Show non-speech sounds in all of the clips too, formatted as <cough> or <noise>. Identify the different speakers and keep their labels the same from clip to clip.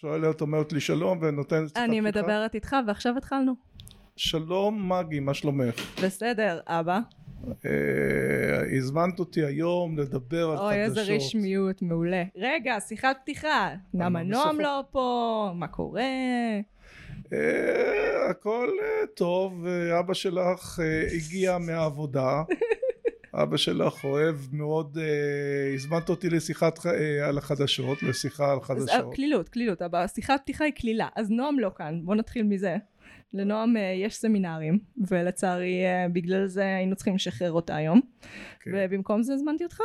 Speaker 1: שואלת, אומרת לי שלום ונותנת
Speaker 2: אני מדברת איתך ועכשיו התחלנו.
Speaker 1: שלום מגי, מה שלומך?
Speaker 2: בסדר, אבא.
Speaker 1: אה, הזמנת אותי היום לדבר על
Speaker 2: אוי,
Speaker 1: חדשות.
Speaker 2: איזה רשמיות, מעולה. רגע, שיחת פתיחה. למה נועם
Speaker 1: בסופו-
Speaker 2: לא פה? מה קורה?
Speaker 1: אה, הכל אה, טוב, אה, אבא שלך אה, הגיע
Speaker 2: <laughs>
Speaker 1: מהעבודה. אבא שלך אוהב מאוד, אה, הזמנת אותי לשיחת ח- אה, על החדשות, לשיחה על
Speaker 2: אז,
Speaker 1: חדשות.
Speaker 2: אה, קלילות, קלילות. אבל שיחת פתיחה היא קלילה. אז נועם לא כאן, בוא נתחיל מזה. לנועם אה, יש סמינרים, ולצערי אה, בגלל זה היינו צריכים לשחרר אותה היום.
Speaker 1: כן.
Speaker 2: ובמקום זה הזמנתי אותך.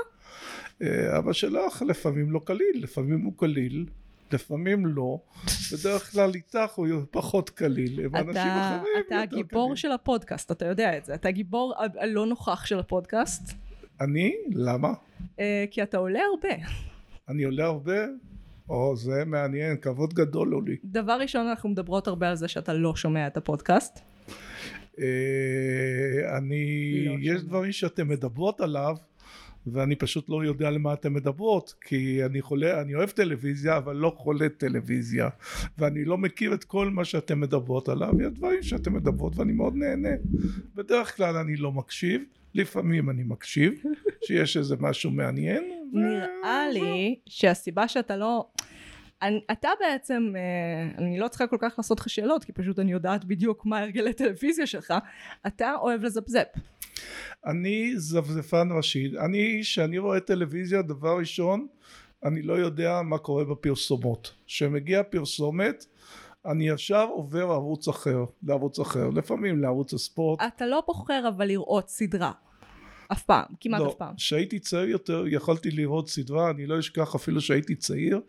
Speaker 1: אה, אבא שלך לפעמים לא קליל, לפעמים הוא קליל, לפעמים לא, בדרך כלל איתך הוא פחות קליל, עם אנשים
Speaker 2: אתה,
Speaker 1: אחרים יותר
Speaker 2: אתה הגיבור
Speaker 1: קליל.
Speaker 2: של הפודקאסט, אתה יודע את זה. אתה הגיבור ה- הלא נוכח של הפודקאסט,
Speaker 1: אני? למה?
Speaker 2: אה, כי אתה עולה הרבה.
Speaker 1: אני עולה הרבה? או זה מעניין, כבוד גדול הוא לי.
Speaker 2: דבר ראשון, אנחנו מדברות הרבה על זה שאתה לא שומע את הפודקאסט.
Speaker 1: אה, אני,
Speaker 2: לא
Speaker 1: יש
Speaker 2: שומע.
Speaker 1: דברים שאתן מדברות עליו ואני פשוט לא יודע למה אתן מדברות כי אני חולה, אני אוהב טלוויזיה אבל לא חולה טלוויזיה ואני לא מכיר את כל מה שאתן מדברות עליו, יש דברים שאתן מדברות ואני מאוד נהנה. בדרך כלל אני לא מקשיב, לפעמים אני
Speaker 2: <laughs>
Speaker 1: מקשיב, שיש איזה משהו מעניין. ו- אה,
Speaker 2: נראה לי שהסיבה שאתה לא... אני, אתה בעצם, אה, אני לא צריכה כל כך לעשות לך שאלות, כי פשוט אני יודעת בדיוק מה הרגלי טלוויזיה שלך, אתה אוהב לזפזפ.
Speaker 1: אני זבזפן ראשי, אני כשאני רואה טלוויזיה דבר ראשון אני לא יודע מה קורה בפרסומות, כשמגיעה פרסומת אני ישר עובר ערוץ אחר, לערוץ אחר, לפעמים לערוץ הספורט,
Speaker 2: אתה לא בוחר אבל לראות סדרה. אף פעם, כמעט
Speaker 1: לא,
Speaker 2: אף פעם.
Speaker 1: כשהייתי צעיר יותר יכולתי לראות סדרה, אני לא אשכח אפילו שהייתי צעיר,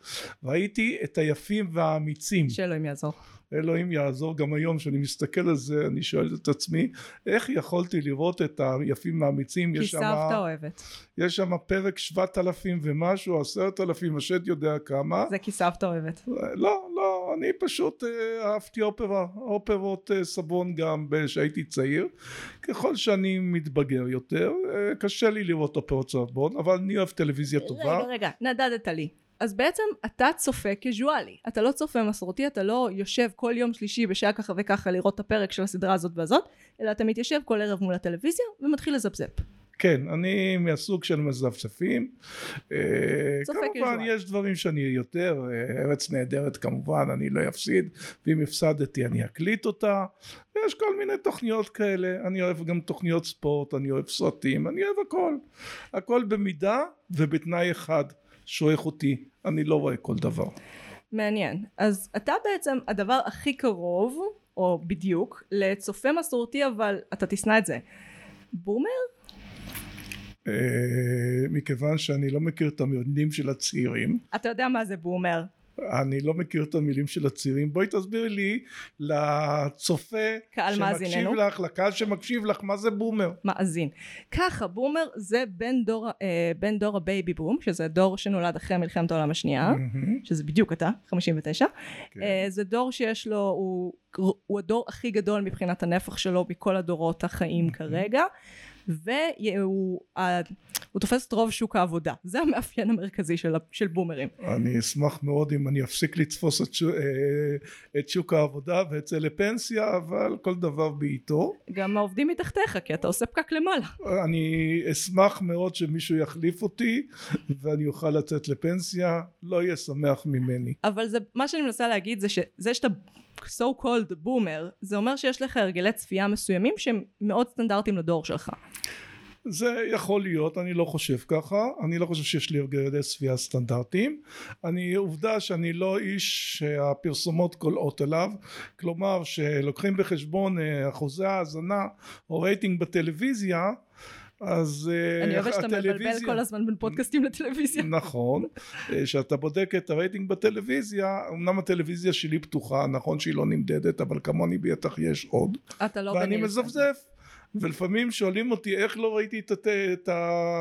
Speaker 1: ראיתי את היפים והאמיצים,
Speaker 2: שאלוהים יעזור.
Speaker 1: אלוהים יעזור גם היום כשאני מסתכל על זה אני שואל את עצמי איך יכולתי לראות את היפים והאמיצים,
Speaker 2: כי
Speaker 1: יש שמה-
Speaker 2: סבתא אוהבת.
Speaker 1: יש שם פרק שבעת אלפים ומשהו, עשרת אלפים, השד יודע כמה.
Speaker 2: זה כי סבתא אוהבת.
Speaker 1: לא, לא, אני פשוט אה, אהבתי אופרה, אופרות אה, סבון גם כשהייתי צעיר. ככל שאני מתבגר יותר, אה, קשה לי לראות אופרות סבון, אבל אני אוהב טלוויזיה טובה.
Speaker 2: רגע, רגע, נדדת לי. אז בעצם אתה צופה קזואלי, אתה לא צופה מסורתי, אתה לא יושב כל יום שלישי בשעה ככה וככה לראות את הפרק של הסדרה הזאת והזאת, אלא אתה מתיישב כל ערב מול הטלוויזיה ומתחיל לזפזפ.
Speaker 1: כן, אני מהסוג של מזפזפים. אה,
Speaker 2: צופה
Speaker 1: כמובן,
Speaker 2: קזואל.
Speaker 1: יש דברים שאני יותר, אה, ארץ נהדרת כמובן, אני לא אפסיד, ואם הפסדתי אני אקליט אותה, ויש כל מיני תוכניות כאלה. אני אוהב גם תוכניות ספורט, אני אוהב סרטים, אני אוהב הכל. הכל במידה ובתנאי אחד, שואך אותי, אני לא רואה כל דבר.
Speaker 2: מעניין. אז אתה בעצם הדבר הכי קרוב, או בדיוק, לצופה מסורתי, אבל אתה תשנא את זה. בומר?
Speaker 1: אה, מכיוון שאני לא מכיר את המילים של הצעירים,
Speaker 2: אתה יודע מה זה בומר.
Speaker 1: אני לא מכיר את המילים של הצעירים בואי תסבירי לי לצופה
Speaker 2: קהל מאזיננו.
Speaker 1: שמקשיב לך לקהל שמקשיב לך מה זה בומר
Speaker 2: מאזין. ככה, בומר זה בן דור, אה, בן דור הבייבי בום, שזה הדור שנולד אחרי מלחמת העולם השנייה.
Speaker 1: מהמם.
Speaker 2: שזה בדיוק אתה, 59.
Speaker 1: כן.
Speaker 2: אה, זה דור שיש לו, הוא, הוא הדור הכי גדול מבחינת הנפח שלו מכל הדורות החיים
Speaker 1: אוקיי.
Speaker 2: כרגע, והוא ה- הוא תופס את רוב שוק העבודה. זה המאפיין המרכזי של, ה- של בומרים.
Speaker 1: אני אשמח מאוד אם אני אפסיק לתפוס את, שו- אה, את שוק העבודה ואצא לפנסיה אבל כל דבר בעיתו
Speaker 2: גם העובדים מתחתיך, כי אתה עושה פקק למעלה.
Speaker 1: אני אשמח מאוד שמישהו יחליף אותי ואני אוכל לצאת לפנסיה לא יהיה שמח ממני
Speaker 2: אבל זה, מה שאני מנסה להגיד זה שזה שאתה so called בומר, זה אומר שיש לך הרגלי צפייה מסוימים שהם מאוד סטנדרטיים לדור שלך.
Speaker 1: זה יכול להיות, אני לא חושב ככה, אני לא חושב שיש לי הרגלי צפייה סטנדרטיים, אני, עובדה שאני לא איש שהפרסומות קולעות אליו, כלומר שלוקחים בחשבון אה, אחוזי האזנה או רייטינג בטלוויזיה, אז אה,
Speaker 2: אני אוהבת שאתה מבלבל
Speaker 1: הטלוויזיה-
Speaker 2: כל הזמן בין פודקאסטים
Speaker 1: <laughs>
Speaker 2: לטלוויזיה.
Speaker 1: נכון, אה, שאתה בודק את הרייטינג בטלוויזיה, אמנם הטלוויזיה שלי פתוחה, נכון שהיא לא נמדדת, אבל כמוני בטח יש עוד,
Speaker 2: אתה לא כן.
Speaker 1: ואני
Speaker 2: בניל.
Speaker 1: מזפזף. ולפעמים שואלים אותי איך לא ראיתי את, הת- את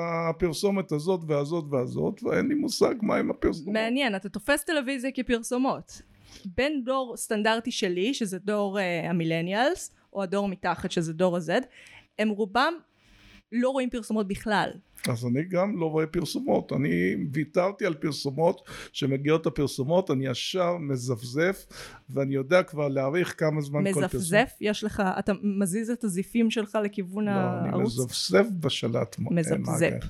Speaker 1: הפרסומת הזאת והזאת והזאת ואין לי מושג מה עם הפרסומות.
Speaker 2: מעניין, אתה תופס טלוויזיה כפרסומות. בין דור סטנדרטי שלי, שזה דור uh, המילניאלס, או הדור מתחת, שזה דור ה-Z, הם רובם לא רואים פרסומות בכלל.
Speaker 1: אז אני גם לא רואה פרסומות, אני ויתרתי על פרסומות, שמגיעות הפרסומות אני ישר מזפזף ואני יודע כבר להעריך כמה זמן כל פרסום.
Speaker 2: מזפזף, יש לך, אתה מזיז את הזיפים שלך לכיוון
Speaker 1: לא, אני
Speaker 2: הערוץ?
Speaker 1: מזפזף בשלט. מ- אה,
Speaker 2: מזפזפ.
Speaker 1: מגי.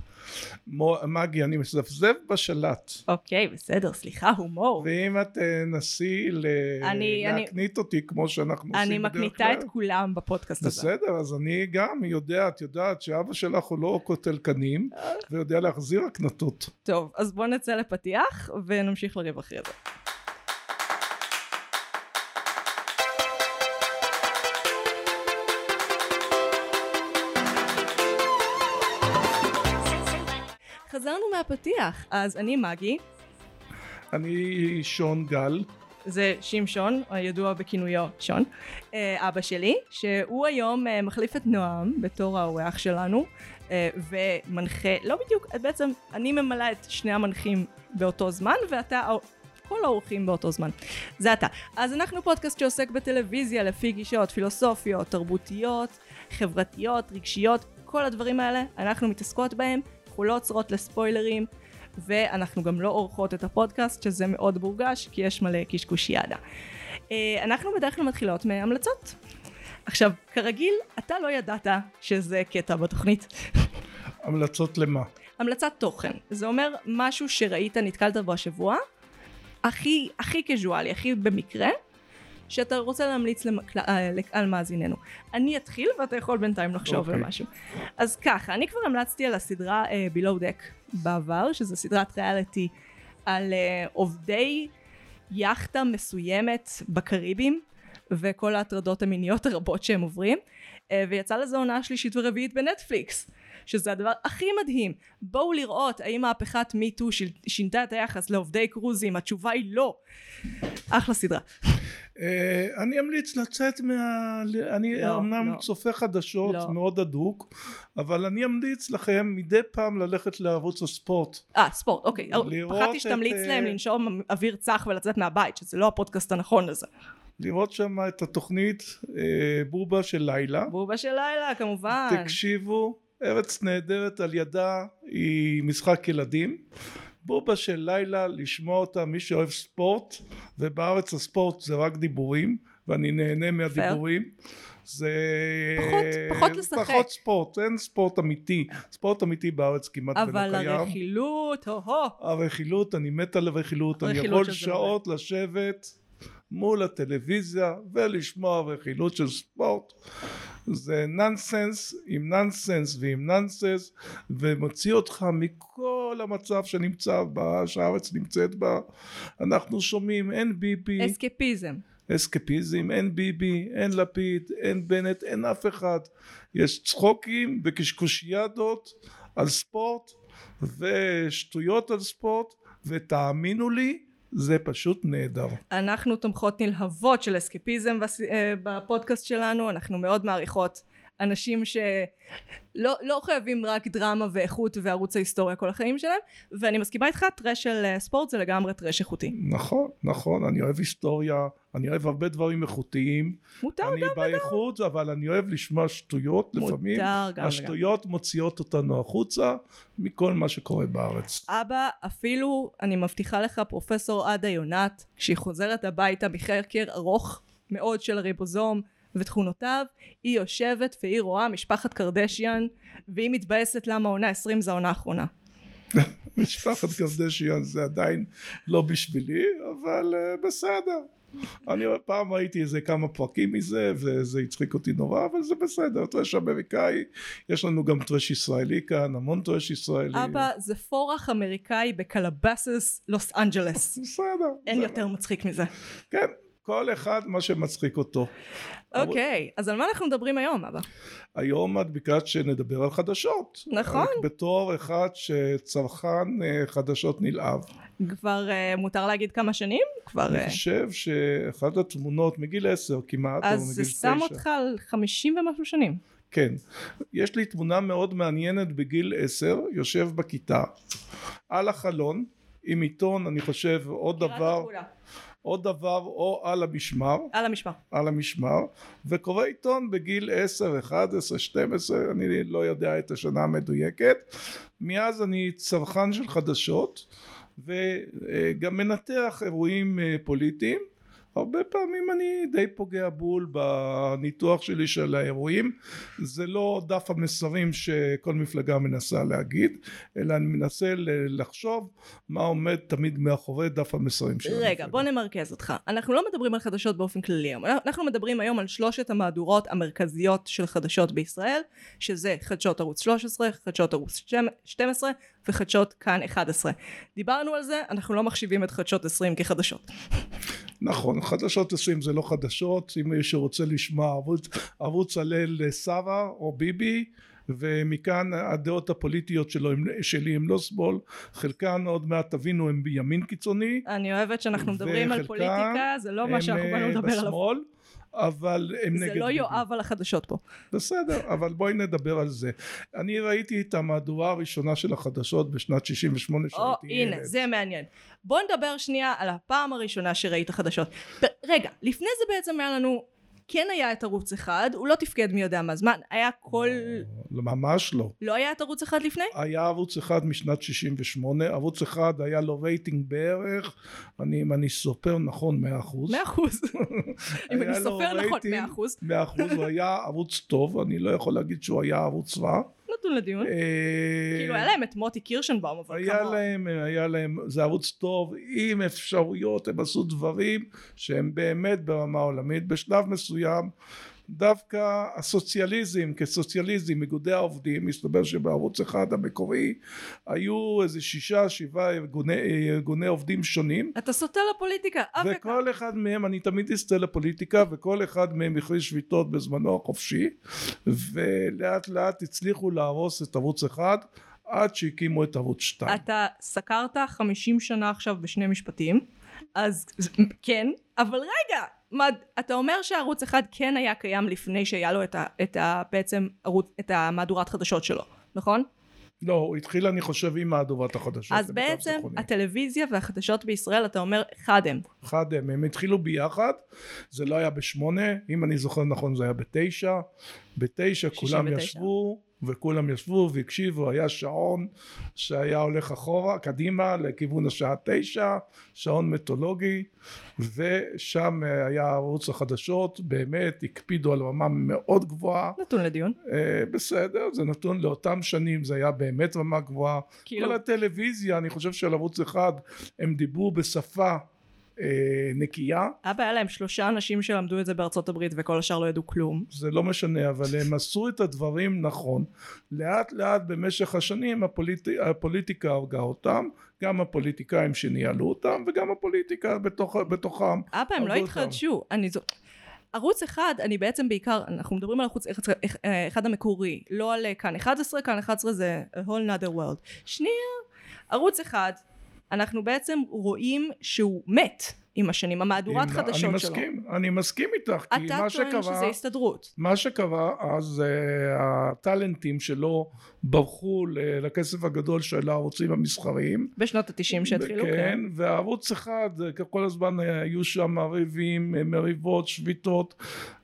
Speaker 1: מו- מגי, אני מזפזף בשלט.
Speaker 2: אוקיי, בסדר, סליחה, הומור.
Speaker 1: ואם את תנסי
Speaker 2: אני- אני-
Speaker 1: להקנית אותי כמו שאנחנו
Speaker 2: אני
Speaker 1: עושים בדרך כלל.
Speaker 2: מקניטה את כולם בפודקאסט הזה.
Speaker 1: בסדר, אז אני גם יודע, את יודעת שאבא שלך הוא לא קוטל קנים,
Speaker 2: אה.
Speaker 1: ויודע להחזיר הקנטות.
Speaker 2: טוב, אז בוא נצא לפתיח ונמשיך לריב אחרי זה. חזרנו מהפתיח, אז אני מגי,
Speaker 1: אני שון גל,
Speaker 2: זה שמשון, הידוע בכינויו שון, אה, אבא שלי, שהוא היום אה, מחליף את נועם בתור האורח שלנו, אה, ומנחה, לא בדיוק, אה, בעצם אני ממלאה את שני המנחים באותו זמן, ואתה, האור- כל האורחים באותו זמן. זה אתה. אז אנחנו פודקאסט שעוסק בטלוויזיה לפי גישות פילוסופיות, תרבותיות, חברתיות, רגשיות, כל הדברים האלה, אנחנו מתעסקות בהם, אנחנו לא עוצרות לספוילרים, ואנחנו גם לא עורכות את הפודקאסט, שזה מאוד מורגש, כי יש מלא קשקושיאדה. אה, אנחנו בדרך כלל מתחילות מהמלצות. עכשיו, כרגיל, אתה לא ידעת שזה קטע בתוכנית.
Speaker 1: המלצות למה?
Speaker 2: המלצת תוכן, זה אומר משהו שראית, נתקלת בו השבוע, הכי, הכי קזואלי, הכי במקרה, שאתה רוצה להמליץ למק... אה, לק- על מאזיננו. אני אתחיל ואתה יכול בינתיים לחשוב על
Speaker 1: אוקיי.
Speaker 2: משהו. אז ככה, אני כבר המלצתי על הסדרה אה, בילואו דק בעבר, שזו סדרת ריאליטי על אה, עובדי יאכטה מסוימת בקריבים, וכל ההטרדות המיניות הרבות שהם עוברים, אה, ויצא לזה עונה שלישית ורביעית בנטפליקס. שזה הדבר הכי מדהים. בואו לראות האם מהפכת מיטו שינתה את היחס לעובדי קרוזים, התשובה היא לא. אחלה סדרה.
Speaker 1: אה, אני אמליץ לצאת מה... אני
Speaker 2: לא,
Speaker 1: אמנם
Speaker 2: לא.
Speaker 1: צופה חדשות
Speaker 2: לא.
Speaker 1: מאוד הדוק, אבל אני אמליץ לכם מדי פעם ללכת לערוץ הספורט.
Speaker 2: אה, ספורט, אוקיי.
Speaker 1: לראות
Speaker 2: פחדתי שתמליץ
Speaker 1: את,
Speaker 2: להם
Speaker 1: אה,
Speaker 2: לנשום אוויר צח ולצאת מהבית, שזה לא הפודקאסט הנכון לזה.
Speaker 1: לראות שם את התוכנית אה, בובה של לילה.
Speaker 2: בובה של לילה, כמובן.
Speaker 1: תקשיבו, ארץ נהדרת על ידה היא משחק ילדים. בובה של לילה, לשמוע אותה, מי שאוהב ספורט, ובארץ הספורט זה רק דיבורים, ואני נהנה מהדיבורים. זה...
Speaker 2: פחות- פחות לשחק.
Speaker 1: פחות ספורט, אין ספורט אמיתי. ספורט אמיתי בארץ כמעט ולא לא קיים.
Speaker 2: אבל הרכילות, הו-הו.
Speaker 1: הרכילות, אני מת על הרכילות, אני
Speaker 2: הרכילות
Speaker 1: יכול
Speaker 2: של זה
Speaker 1: שעות לשבת מול הטלוויזיה ולשמוע רכילות של ספורט. זה נונסנס עם נונסנס ועם נונסנס ומוציא אותך מכל המצב שנמצא בה, שהארץ נמצאת בה. אנחנו שומעים אין ביבי,
Speaker 2: אסקפיזם.
Speaker 1: אסקפיזם, אין ביבי, אין לפיד, אין בנט, אין אף אחד. יש צחוקים וקשקושיאדות על ספורט ושטויות על ספורט, ותאמינו לי, זה פשוט נהדר.
Speaker 2: אנחנו תומכות נלהבות של אסקפיזם בס- אה, בפודקאסט שלנו, אנחנו מאוד מעריכות אנשים שלא לא חייבים רק דרמה ואיכות וערוץ ההיסטוריה כל החיים שלהם, ואני מסכימה איתך, טרש של אה, ספורט זה לגמרי טרש איכותי.
Speaker 1: נכון, נכון, אני אוהב היסטוריה, אני אוהב הרבה דברים איכותיים.
Speaker 2: מותר
Speaker 1: אני
Speaker 2: לא, גם,
Speaker 1: באיכות, אבל אני אוהב לשמוע שטויות לפעמים.
Speaker 2: מותר גם וגם.
Speaker 1: השטויות מוציאות אותנו החוצה מכל מה שקורה בארץ.
Speaker 2: אבא, אפילו, אני מבטיחה לך, פרופסור עדה יונת, כשהיא חוזרת הביתה מחקר ארוך מאוד של הריבוזום ותכונותיו, היא יושבת והיא רואה משפחת קרדשיאן, והיא מתבאסת למה עונה 20 זה העונה האחרונה.
Speaker 1: משפחת קרדשיאן זה עדיין לא בשבילי, אבל אה, בסדר. אני פעם ראיתי איזה כמה פרקים מזה, וזה הצחיק אותי נורא, אבל זה בסדר, טרש אמריקאי, יש לנו גם טרש ישראלי כאן, המון טרש ישראלי.
Speaker 2: אבא, זה פורח אמריקאי בקלבסס, לוס אנג'לס.
Speaker 1: בסדר.
Speaker 2: אין
Speaker 1: זה-
Speaker 2: יותר מצחיק מזה.
Speaker 1: כן, כל אחד מה שמצחיק אותו. אבל-
Speaker 2: אוקיי, אז על מה אנחנו מדברים היום, אבא?
Speaker 1: היום את ביקשת שנדבר על חדשות.
Speaker 2: נכון.
Speaker 1: רק בתור אחד שצרכן אה, חדשות נלהב.
Speaker 2: כבר אה, מותר להגיד כמה שנים? כבר... אה,
Speaker 1: אני חושב שאחת התמונות מגיל עשר כמעט, או
Speaker 2: אז
Speaker 1: מגיל
Speaker 2: זה שם
Speaker 1: תשע.
Speaker 2: אותך על 50 ומשהו שנים.
Speaker 1: כן. יש לי תמונה מאוד מעניינת בגיל עשר, יושב בכיתה, על החלון, עם עיתון, אני חושב, עוד דבר, או דבר או על המשמר,
Speaker 2: על המשמר.
Speaker 1: על המשמר, וקורא עיתון בגיל 10, 11, 12, אני לא יודע את השנה המדויקת. מאז אני צרכן של חדשות, וגם מנתח אירועים אה, פוליטיים. הרבה פעמים אני די פוגע בול בניתוח שלי של האירועים זה לא דף המסרים שכל מפלגה מנסה להגיד אלא אני מנסה ל- לחשוב מה עומד תמיד מאחורי דף המסרים של
Speaker 2: רגע, בוא נמרכז אותך. אנחנו לא מדברים על חדשות באופן כללי היום. אנחנו מדברים היום על שלושת המהדורות המרכזיות של חדשות בישראל, שזה חדשות ערוץ 13, חדשות ערוץ 12 וחדשות כאן 11. דיברנו על זה, אנחנו לא מחשיבים את חדשות 20 כחדשות.
Speaker 1: נכון, חדשות 20 זה לא חדשות, אם מישהו רוצה לשמוע ערוץ, ערוץ הלל שרה או ביבי ומכאן הדעות הפוליטיות שלו, הם- שלי הם לא שמאל, חלקן עוד מעט תבינו הם בימין קיצוני,
Speaker 2: אני אוהבת שאנחנו מדברים על
Speaker 1: וחלקם
Speaker 2: פוליטיקה, זה לא מה שאנחנו באנו לדבר
Speaker 1: הם אה,
Speaker 2: עליו.
Speaker 1: בשמאל, אבל הם נגד...
Speaker 2: זה לא
Speaker 1: ביבי.
Speaker 2: יואב על החדשות פה.
Speaker 1: בסדר, אבל בואי נדבר על זה. אני ראיתי את המהדורה הראשונה של החדשות בשנת 68
Speaker 2: או,
Speaker 1: שהייתי
Speaker 2: הנה,
Speaker 1: ילד.
Speaker 2: זה מעניין. בוא נדבר שנייה על הפעם הראשונה שראית חדשות. ב- רגע, לפני זה בעצם היה לנו, כן היה את ערוץ אחד, הוא לא תפקד מי יודע מה זמן, היה כל...
Speaker 1: לא, ממש לא.
Speaker 2: לא היה את ערוץ אחד
Speaker 1: <laughs>
Speaker 2: לפני?
Speaker 1: היה ערוץ אחד משנת 68, ערוץ אחד היה לו רייטינג בערך, אני, אם אני סופר נכון 100 אחוז.
Speaker 2: מאה
Speaker 1: <laughs>
Speaker 2: אחוז. אם אני
Speaker 1: היה לו
Speaker 2: סופר נכון,
Speaker 1: רייטינג-
Speaker 2: מאה אחוז.
Speaker 1: 100 אחוז, הוא היה ערוץ טוב, אני לא יכול להגיד שהוא היה ערוץ רע.
Speaker 2: נתון לדיון.
Speaker 1: אה,
Speaker 2: כאילו, היה להם את מוטי קירשנבאום, אבל
Speaker 1: היה
Speaker 2: כמוהו.
Speaker 1: להם, היה להם, זה ערוץ טוב עם אפשרויות, הם עשו דברים שהם באמת ברמה עולמית. בשלב מסוים דווקא הסוציאליזם כסוציאליזם, איגודי העובדים, מסתבר שבערוץ אחד המקורי היו איזה שישה שבעה ארגוני, ארגוני עובדים שונים
Speaker 2: אתה סוטה לפוליטיקה, אף אחד.
Speaker 1: וכל אחד מהם, אני תמיד אסתה לפוליטיקה, וכל אחד מהם הכריז שביתות בזמנו החופשי, ולאט לאט הצליחו להרוס את ערוץ אחד, עד שהקימו את ערוץ שתיים.
Speaker 2: אתה סקרת 50 שנה עכשיו בשני משפטים, אז כן, אבל רגע, מה, אתה אומר שערוץ אחד כן היה קיים לפני שהיה לו את ה, את ה, בעצם ערוץ, את המהדורת חדשות שלו, נכון?
Speaker 1: לא, הוא התחיל אני חושב עם מהדורת החדשות.
Speaker 2: אז
Speaker 1: למיטב
Speaker 2: בעצם
Speaker 1: זיכרוני.
Speaker 2: הטלוויזיה והחדשות בישראל, אתה אומר, חד הם.
Speaker 1: אחד הם, הם התחילו ביחד, זה לא היה בשמונה, אם אני זוכר נכון זה היה בתשע, בתשע כולם
Speaker 2: 69.
Speaker 1: ישבו, וכולם ישבו והקשיבו, היה שעון שהיה הולך אחורה, קדימה, לכיוון השעה תשע, שעון מתודולוגי, ושם אה, היה ערוץ החדשות, באמת הקפידו על רמה מאוד גבוהה,
Speaker 2: נתון לדיון.
Speaker 1: אה, בסדר, זה נתון לאותם שנים, זה היה באמת רמה גבוהה,
Speaker 2: כאילו,
Speaker 1: כל הטלוויזיה, אני חושב שעל ערוץ אחד הם דיברו בשפה אה, נקייה,
Speaker 2: אבא היה להם שלושה אנשים שלמדו את זה בארצות הברית וכל השאר לא ידעו כלום.
Speaker 1: זה לא משנה, אבל הם עשו את הדברים נכון. לאט לאט במשך השנים הפוליט... הפוליטיקה הרגה אותם, גם הפוליטיקאים שניהלו אותם וגם הפוליטיקה בתוך... בתוכם.
Speaker 2: אבא הם לא
Speaker 1: הרגו אותם.
Speaker 2: התחדשו, אני זו... ערוץ אחד, אני בעצם בעיקר, אנחנו מדברים על ערוץ אחד- אה, אחד המקורי, לא על אה, כאן 11, כאן 11 זה a whole nother world. שנייה, ערוץ אחד, אנחנו בעצם רואים שהוא מת עם השנים, המהדורת
Speaker 1: אם-
Speaker 2: חדשות שלו.
Speaker 1: אני מסכים, אני מסכים איתך, כי
Speaker 2: אתה
Speaker 1: מה
Speaker 2: טוען
Speaker 1: שקרה...
Speaker 2: שזה הסתדרות.
Speaker 1: מה שקרה אז uh, הטאלנטים שלו ברחו ל- לכסף הגדול של הערוצים המסחריים
Speaker 2: בשנות התשעים שהתחילו,
Speaker 1: כן, וערוץ אחד, אה, כל הזמן אה, היו שם ריבים, אה, מריבות, שביתות,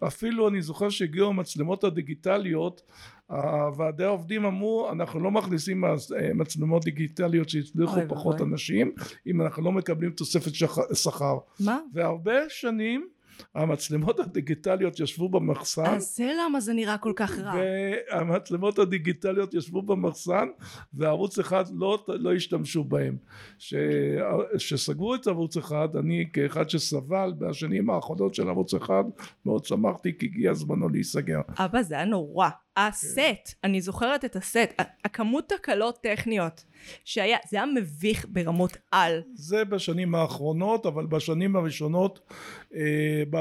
Speaker 1: אפילו אני זוכר שהגיעו המצלמות הדיגיטליות, ה- ועדי העובדים אמרו, אנחנו לא מכניסים מס- אה, מצלמות דיגיטליות שהצליחו
Speaker 2: אוי
Speaker 1: פחות
Speaker 2: ואבוי.
Speaker 1: אנשים, אם אנחנו לא מקבלים תוספת שח- שכר.
Speaker 2: מה?
Speaker 1: והרבה שנים המצלמות הדיגיטליות ישבו במחסן,
Speaker 2: אז זה למה זה נראה כל כך רע.
Speaker 1: והמצלמות הדיגיטליות ישבו במחסן וערוץ אחד לא, לא השתמשו בהם. כשסגרו את ערוץ אחד אני כאחד שסבל בשנים האחרונות של ערוץ אחד מאוד שמחתי כי הגיע זמנו להיסגר.
Speaker 2: אבא זה היה נורא. הסט,
Speaker 1: כן.
Speaker 2: אני זוכרת את הסט, ה- הכמות תקלות טכניות שהיה, זה היה מביך ברמות על.
Speaker 1: זה בשנים האחרונות אבל בשנים הראשונות אה, ב...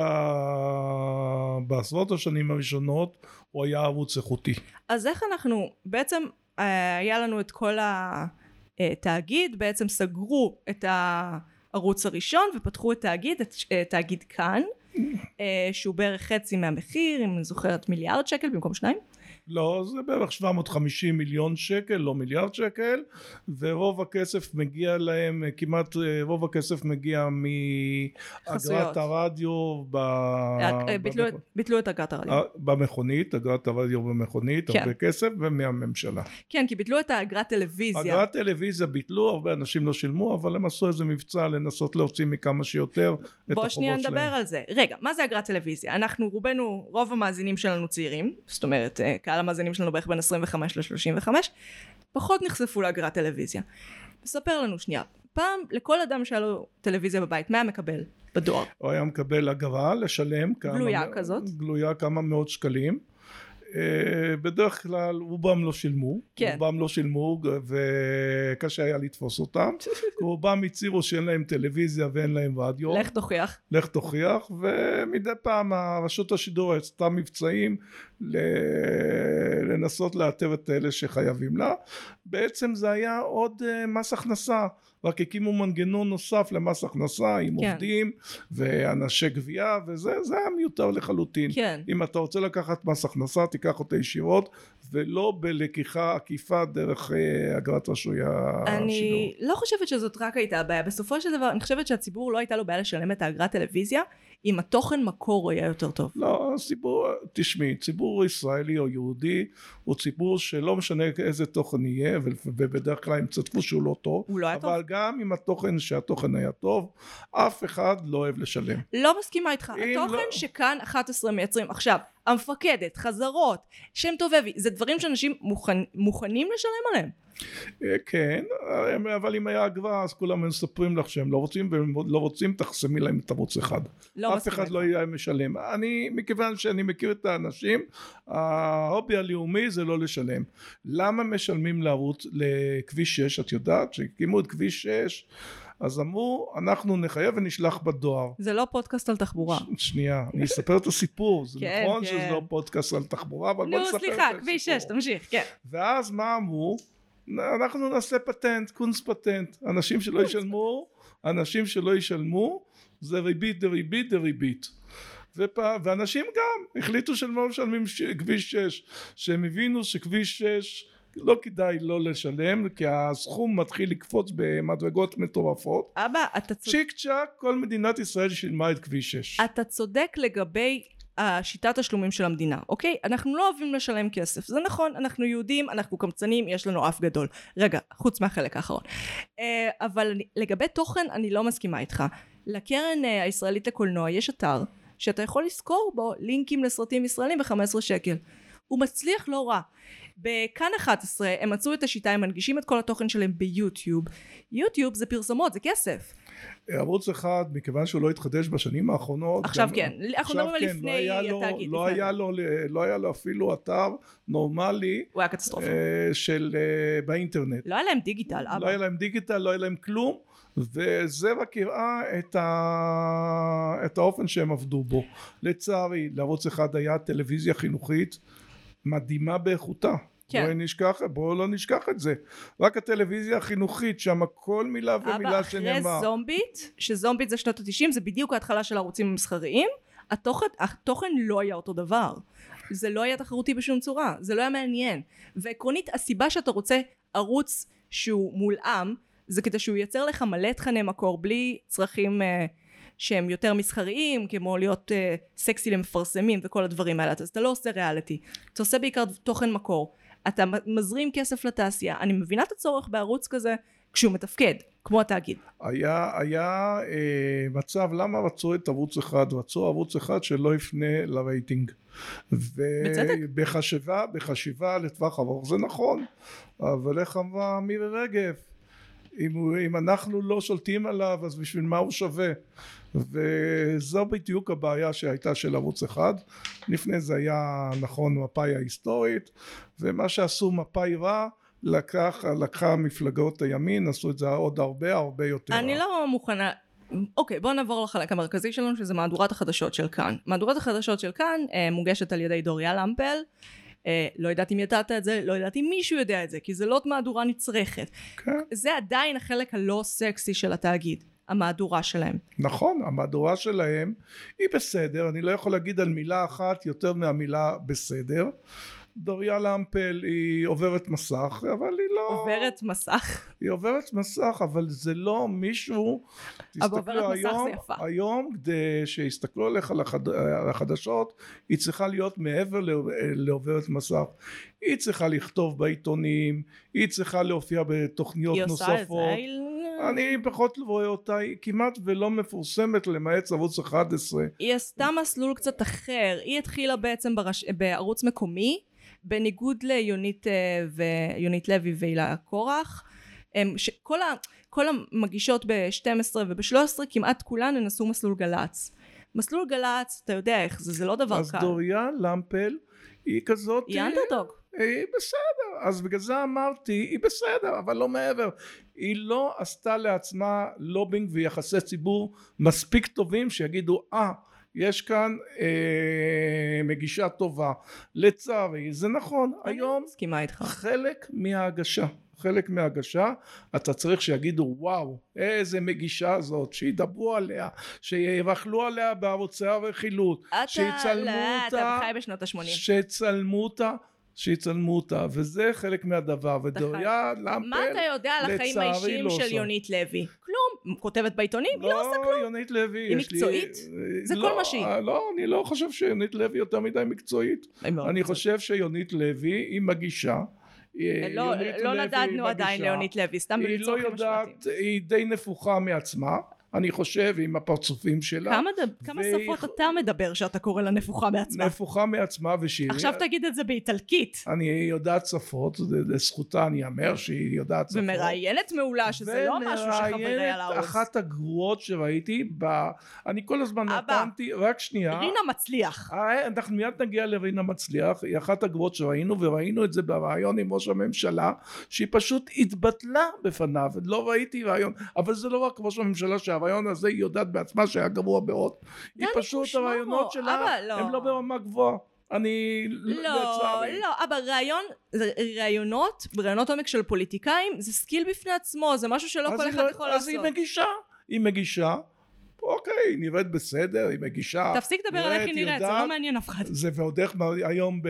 Speaker 1: בעשרות השנים הראשונות הוא היה ערוץ איכותי.
Speaker 2: אז איך אנחנו, בעצם אה, היה לנו את כל התאגיד, בעצם סגרו את הערוץ הראשון ופתחו את תאגיד, את אה, תאגיד כאן, אה, שהוא בערך חצי מהמחיר, אם אני זוכרת מיליארד שקל במקום שניים,
Speaker 1: לא, זה בערך 750 מיליון שקל, לא מיליארד שקל, ורוב הכסף מגיע להם, כמעט אה, רוב הכסף מגיע מאגרת
Speaker 2: חסויות.
Speaker 1: הרדיו ב...
Speaker 2: אה, ביטלו את- ביטלו את אגרת הרדיו.
Speaker 1: אה, במכונית, אגרת הרדיו במכונית,
Speaker 2: כן.
Speaker 1: הרבה כסף, ומהממשלה.
Speaker 2: כן, כי ביטלו את האגרת טלוויזיה.
Speaker 1: אגרת טלוויזיה ביטלו, הרבה אנשים לא שילמו, אבל הם עשו איזה מבצע לנסות להוציא מכמה שיותר את החובות שלהם.
Speaker 2: בוא שנייה נדבר על זה. רגע, מה זה אגרת טלוויזיה? אנחנו רובנו, רוב המאזינים שלנו צעירים, זאת אומרת, אה, קהל המאזינים שלנו בערך בין 25 ל-35, פחות נחשפו לאגרת טלוויזיה. ספר לנו שנייה, פעם לכל אדם שהיה לו טלוויזיה בבית, מה היה מקבל בדואר?
Speaker 1: הוא היה מקבל אגרה לשלם כמה,
Speaker 2: גלויה
Speaker 1: מא-
Speaker 2: כזאת.
Speaker 1: גלויה כמה מאות שקלים אה, בדרך כלל רובם לא שילמו,
Speaker 2: כן.
Speaker 1: רובם לא שילמו וקשה היה לתפוס
Speaker 2: <laughs>
Speaker 1: אותם, רובם הצהירו שאין להם טלוויזיה ואין להם רדיו,
Speaker 2: לך תוכיח.
Speaker 1: לך תוכיח ומדי פעם הרשות השידור עשתה מבצעים ל- לנסות לאתר את אלה שחייבים לה בעצם זה היה עוד אה, מס הכנסה רק הקימו מנגנון נוסף למס הכנסה עם
Speaker 2: כן.
Speaker 1: כן. עובדים ואנשי גבייה וזה זה היה מיותר לחלוטין
Speaker 2: כן.
Speaker 1: אם אתה רוצה לקחת מס הכנסה תיקח אותה ישירות ולא בלקיחה עקיפה דרך אה, אגרת רשוי השידור
Speaker 2: אני לא חושבת שזאת רק הייתה הבעיה. בסופו של דבר, אני חושבת שהציבור לא הייתה לו בעיה לשלם את האגרת טלוויזיה, אם התוכן מקור היה יותר טוב.
Speaker 1: לא, הציבור, תשמעי, ציבור ישראלי או יהודי הוא ציבור שלא משנה איזה תוכן יהיה, ו- ובדרך כלל הם צדקו שהוא לא טוב,
Speaker 2: הוא לא היה טוב.
Speaker 1: אבל גם אם התוכן, שהתוכן היה טוב, אף אחד לא אוהב לשלם.
Speaker 2: לא מסכימה איתך.
Speaker 1: אם
Speaker 2: התוכן
Speaker 1: לא-
Speaker 2: שכאן 11 מייצרים עכשיו, המפקדת, חזרות, שם טובבי, זה דברים שאנשים מוכן, מוכנים לשלם עליהם.
Speaker 1: אה, כן, אה, אבל אם היה אגרה, אז כולם היו מספרים לך שהם לא רוצים, והם לא רוצים, תחסמי להם את ערוץ אחד.
Speaker 2: לא
Speaker 1: אף
Speaker 2: מסכימה
Speaker 1: אחד
Speaker 2: איתך.
Speaker 1: לא יהיה משלם. אני, מכיוון שאני מכיר את האנשים, ההובי הלאומי זה לא לשלם. למה משלמים לערוץ, לכביש 6, את יודעת? כשהקימו את כביש 6, אז אמרו, אנחנו נחייב ונשלח בדואר.
Speaker 2: זה לא פודקאסט על תחבורה.
Speaker 1: ש- שנייה, אני אספר את הסיפור, זה
Speaker 2: <laughs> כן,
Speaker 1: נכון
Speaker 2: כן.
Speaker 1: שזה לא פודקאסט על תחבורה, אבל בוא
Speaker 2: נו
Speaker 1: נספר את הסיפור.
Speaker 2: סליחה, כביש 6, תמשיך, כן.
Speaker 1: ואז מה אמרו? אנחנו נעשה פטנט, קונס פטנט. אנשים שלא ישלמו, אנשים שלא ישלמו, זה ריבית דריבית דריבית. ופ... ואנשים גם החליטו שהם לא משלמים ש... כביש 6, שהם הבינו שכביש 6 לא כדאי לא לשלם, כי הסכום מתחיל לקפוץ במדרגות מטורפות.
Speaker 2: אבא, אתה צודק.
Speaker 1: צ'יק צ'אק כל מדינת ישראל שילמה את כביש 6.
Speaker 2: אתה צודק לגבי השיטת תשלומים של המדינה, אוקיי? אנחנו לא אוהבים לשלם כסף. זה נכון, אנחנו יהודים, אנחנו קמצנים, יש לנו אף גדול. רגע, חוץ מהחלק האחרון. אה, אבל אני- לגבי תוכן, אני לא מסכימה איתך. לקרן אה, הישראלית לקולנוע יש אתר שאתה יכול לזכור בו לינקים לסרטים ישראלים ב-15 שקל. הוא מצליח לא רע. בכאן 11 הם מצאו את השיטה, הם מנגישים את כל התוכן שלהם ביוטיוב. יוטיוב זה פרסומות, זה כסף.
Speaker 1: ערוץ אחד, מכיוון שהוא לא התחדש בשנים האחרונות,
Speaker 2: עכשיו
Speaker 1: גם-
Speaker 2: כן, אנחנו
Speaker 1: עכשיו
Speaker 2: מדברים על
Speaker 1: כן, לא
Speaker 2: לפני
Speaker 1: היה לו-
Speaker 2: התאגיד.
Speaker 1: לא
Speaker 2: לפני
Speaker 1: היה
Speaker 2: זה.
Speaker 1: לו ל- לא היה לו אפילו אתר נורמלי
Speaker 2: הוא היה קטסטרופה.
Speaker 1: אה, של אה, באינטרנט.
Speaker 2: לא היה להם דיגיטל,
Speaker 1: לא
Speaker 2: אוקיי. אבא.
Speaker 1: היה להם דיגיטל, לא היה להם כלום, וזה רק הראה את, ה... את האופן שהם עבדו בו. לצערי, לערוץ אחד היה טלוויזיה חינוכית מדהימה באיכותה.
Speaker 2: כן.
Speaker 1: בואי נשכח, בואו לא נשכח את זה. רק הטלוויזיה החינוכית, שם כל מילה
Speaker 2: אבא,
Speaker 1: ומילה
Speaker 2: אחרי
Speaker 1: שנאמרה.
Speaker 2: זומבית, שזומבית זה שנות התשעים, זה בדיוק ההתחלה של הערוצים המסחריים, התוכן, התוכן לא היה אותו דבר. זה לא היה תחרותי בשום צורה, זה לא היה מעניין. ועקרונית, הסיבה שאתה רוצה ערוץ שהוא מולאם, זה כדי שהוא ייצר לך מלא תכני מקור, בלי צרכים אה, שהם יותר מסחריים, כמו להיות אה, סקסי למפרסמים וכל הדברים האלה. אז אתה לא עושה ריאליטי, אתה עושה בעיקר תוכן מקור. אתה מזרים כסף לתעשייה. אני מבינה את הצורך בערוץ כזה כשהוא מתפקד, כמו התאגיד.
Speaker 1: היה, היה אה, מצב, למה רצו את ערוץ אחד? רצו ערוץ אחד שלא יפנה לרייטינג.
Speaker 2: בצדק.
Speaker 1: ובחשיבה, בחשיבה לטווח ארוך זה נכון, אבל איך אמרה מירי רגב? אם, הוא- אם אנחנו לא שולטים עליו אז בשביל מה הוא שווה וזו בדיוק הבעיה שהייתה של ערוץ אחד לפני זה היה נכון מפאי ההיסטורית ומה שעשו מפאי רע לקח, לקחה מפלגות הימין עשו את זה עוד הרבה הרבה יותר
Speaker 2: אני
Speaker 1: רע.
Speaker 2: לא מוכנה... אוקיי, בואו נעבור לחלק המרכזי שלנו, שזה מהדורת החדשות של כאן. מהדורת החדשות של כאן אה, מוגשת על ידי דוריה למפל. אה, לא יודעת אם ידעת את זה, לא יודעת אם מישהו יודע את זה, כי זה לא מהדורה נצרכת.
Speaker 1: כן,
Speaker 2: זה עדיין החלק הלא סקסי של התאגיד, המהדורה שלהם.
Speaker 1: נכון המהדורה שלהם היא בסדר אני לא יכול להגיד על מילה אחת יותר מהמילה בסדר דוריה לאמפל היא עוברת מסך אבל היא לא
Speaker 2: עוברת מסך.
Speaker 1: היא עוברת מסך אבל זה לא מישהו
Speaker 2: אבל עוברת
Speaker 1: תסתכלו,
Speaker 2: מסך זה
Speaker 1: היום,
Speaker 2: יפה.
Speaker 1: היום כדי שיסתכלו עליך על החד- על החדשות היא צריכה להיות מעבר ל- לעוברת מסך היא צריכה לכתוב בעיתונים היא צריכה להופיע בתוכניות
Speaker 2: היא עושה את זה.
Speaker 1: נוספות
Speaker 2: היא- לא-
Speaker 1: אני פחות רואה אותה היא כמעט ולא מפורסמת למעט ערוץ 11
Speaker 2: היא עשתה מסלול קצת אחר, היא התחילה בעצם ברש... בערוץ מקומי, בניגוד ליונית אה, ו- יונית לוי והילה קורח. הם, ש... כל, ה... כל המגישות ב-12 וב-13 כמעט כולן הן עשו מסלול גל"צ. מסלול גל"צ, אתה יודע איך זה, זה לא דבר
Speaker 1: אז
Speaker 2: קל.
Speaker 1: דוריה למפל היא כזאת
Speaker 2: היא אנדרדוג.
Speaker 1: היא בסדר, אז בגלל זה אמרתי, היא בסדר, אבל לא מעבר. היא לא עשתה לעצמה לובינג ויחסי ציבור מספיק טובים שיגידו, אה, יש כאן אה, מגישה טובה. לצערי, זה נכון, היום
Speaker 2: אני מסכימה איתך.
Speaker 1: חלק מההגשה, חלק מההגשה, אתה צריך שיגידו, וואו, איזה מגישה זאת, שידברו עליה, שיבחלו עליה בערוצי הרכילות,
Speaker 2: אתה,
Speaker 1: שיצלמו
Speaker 2: לא, אתה
Speaker 1: אותה.
Speaker 2: חי בשנות ה-80.
Speaker 1: שיצלמו אותה, שיצלמו אותה, וזה חלק מהדבר, ודוריה למפל,
Speaker 2: מה אתה יודע על החיים
Speaker 1: לצערי
Speaker 2: האישיים
Speaker 1: לא
Speaker 2: של
Speaker 1: עושה.
Speaker 2: יונית לוי? כלום. כותבת בעיתונים? היא לא עושה
Speaker 1: לא, יונית לוי,
Speaker 2: היא
Speaker 1: יש לי-
Speaker 2: מקצועית? זה
Speaker 1: לא,
Speaker 2: כל מה שהיא.
Speaker 1: לא, אני לא חושב שיונית לוי יותר מדי מקצועית,
Speaker 2: היא מאוד
Speaker 1: אני
Speaker 2: מקצועית.
Speaker 1: חושב שיונית לוי היא מגישה, היא-
Speaker 2: לא,
Speaker 1: יונית
Speaker 2: לא
Speaker 1: אה, לוי
Speaker 2: נדדנו
Speaker 1: היא
Speaker 2: עדיין
Speaker 1: מגישה.
Speaker 2: ליונית לוי, סתם
Speaker 1: היא לא
Speaker 2: לצורך המשמעתיים.
Speaker 1: יודעת, היא די נפוחה מעצמה, אני חושב, עם הפרצופים שלה.
Speaker 2: כמה, ד... כמה
Speaker 1: והיא-
Speaker 2: שפות אתה מדבר שאתה קורא לה נפוחה מעצמה?
Speaker 1: נפוחה מעצמה ושהיא...
Speaker 2: עכשיו תגיד את זה באיטלקית.
Speaker 1: אני יודעת שפות, זה- לזכותה אני אאמר שהיא יודעת שפות.
Speaker 2: ומראיינת מעולה, שזה לא משהו שחברי על
Speaker 1: ומראיינת
Speaker 2: הערוץ.
Speaker 1: אחת הגרועות שראיתי, ב... אני כל הזמן
Speaker 2: אבא.
Speaker 1: נתנתי, רק שנייה.
Speaker 2: רינה מצליח.
Speaker 1: אה, אנחנו מיד נגיע לרינה מצליח, היא אחת הגרועות שראינו, וראינו את זה בריאיון עם ראש הממשלה, שהיא פשוט התבטלה בפניו, לא ראיתי ראיון, אבל זה לא רק ראש הממשלה שהראיון הזה היא יודעת בעצמה שהיה גרוע מאוד, היא
Speaker 2: דני
Speaker 1: פשוט
Speaker 2: קושנרו,
Speaker 1: הראיונות שלה,
Speaker 2: אבא, לא.
Speaker 1: הם לא ברמה גבוהה, אני
Speaker 2: לא,
Speaker 1: לצערי.
Speaker 2: לא, אבל ראיון, זה ראיונות, ראיונות עומק של פוליטיקאים, זה סקיל בפני עצמו, זה משהו שלא
Speaker 1: אז
Speaker 2: לא כל
Speaker 1: היא לא-
Speaker 2: אחד יכול
Speaker 1: אז היא
Speaker 2: לעשות.
Speaker 1: מגישה, היא מגישה, אוקיי, היא נראית בסדר, היא מגישה,
Speaker 2: תפסיק לדבר על איך היא נראית, זה לא
Speaker 1: יודעת.
Speaker 2: מעניין אף אחד.
Speaker 1: זה ועוד איך מה- היום ב...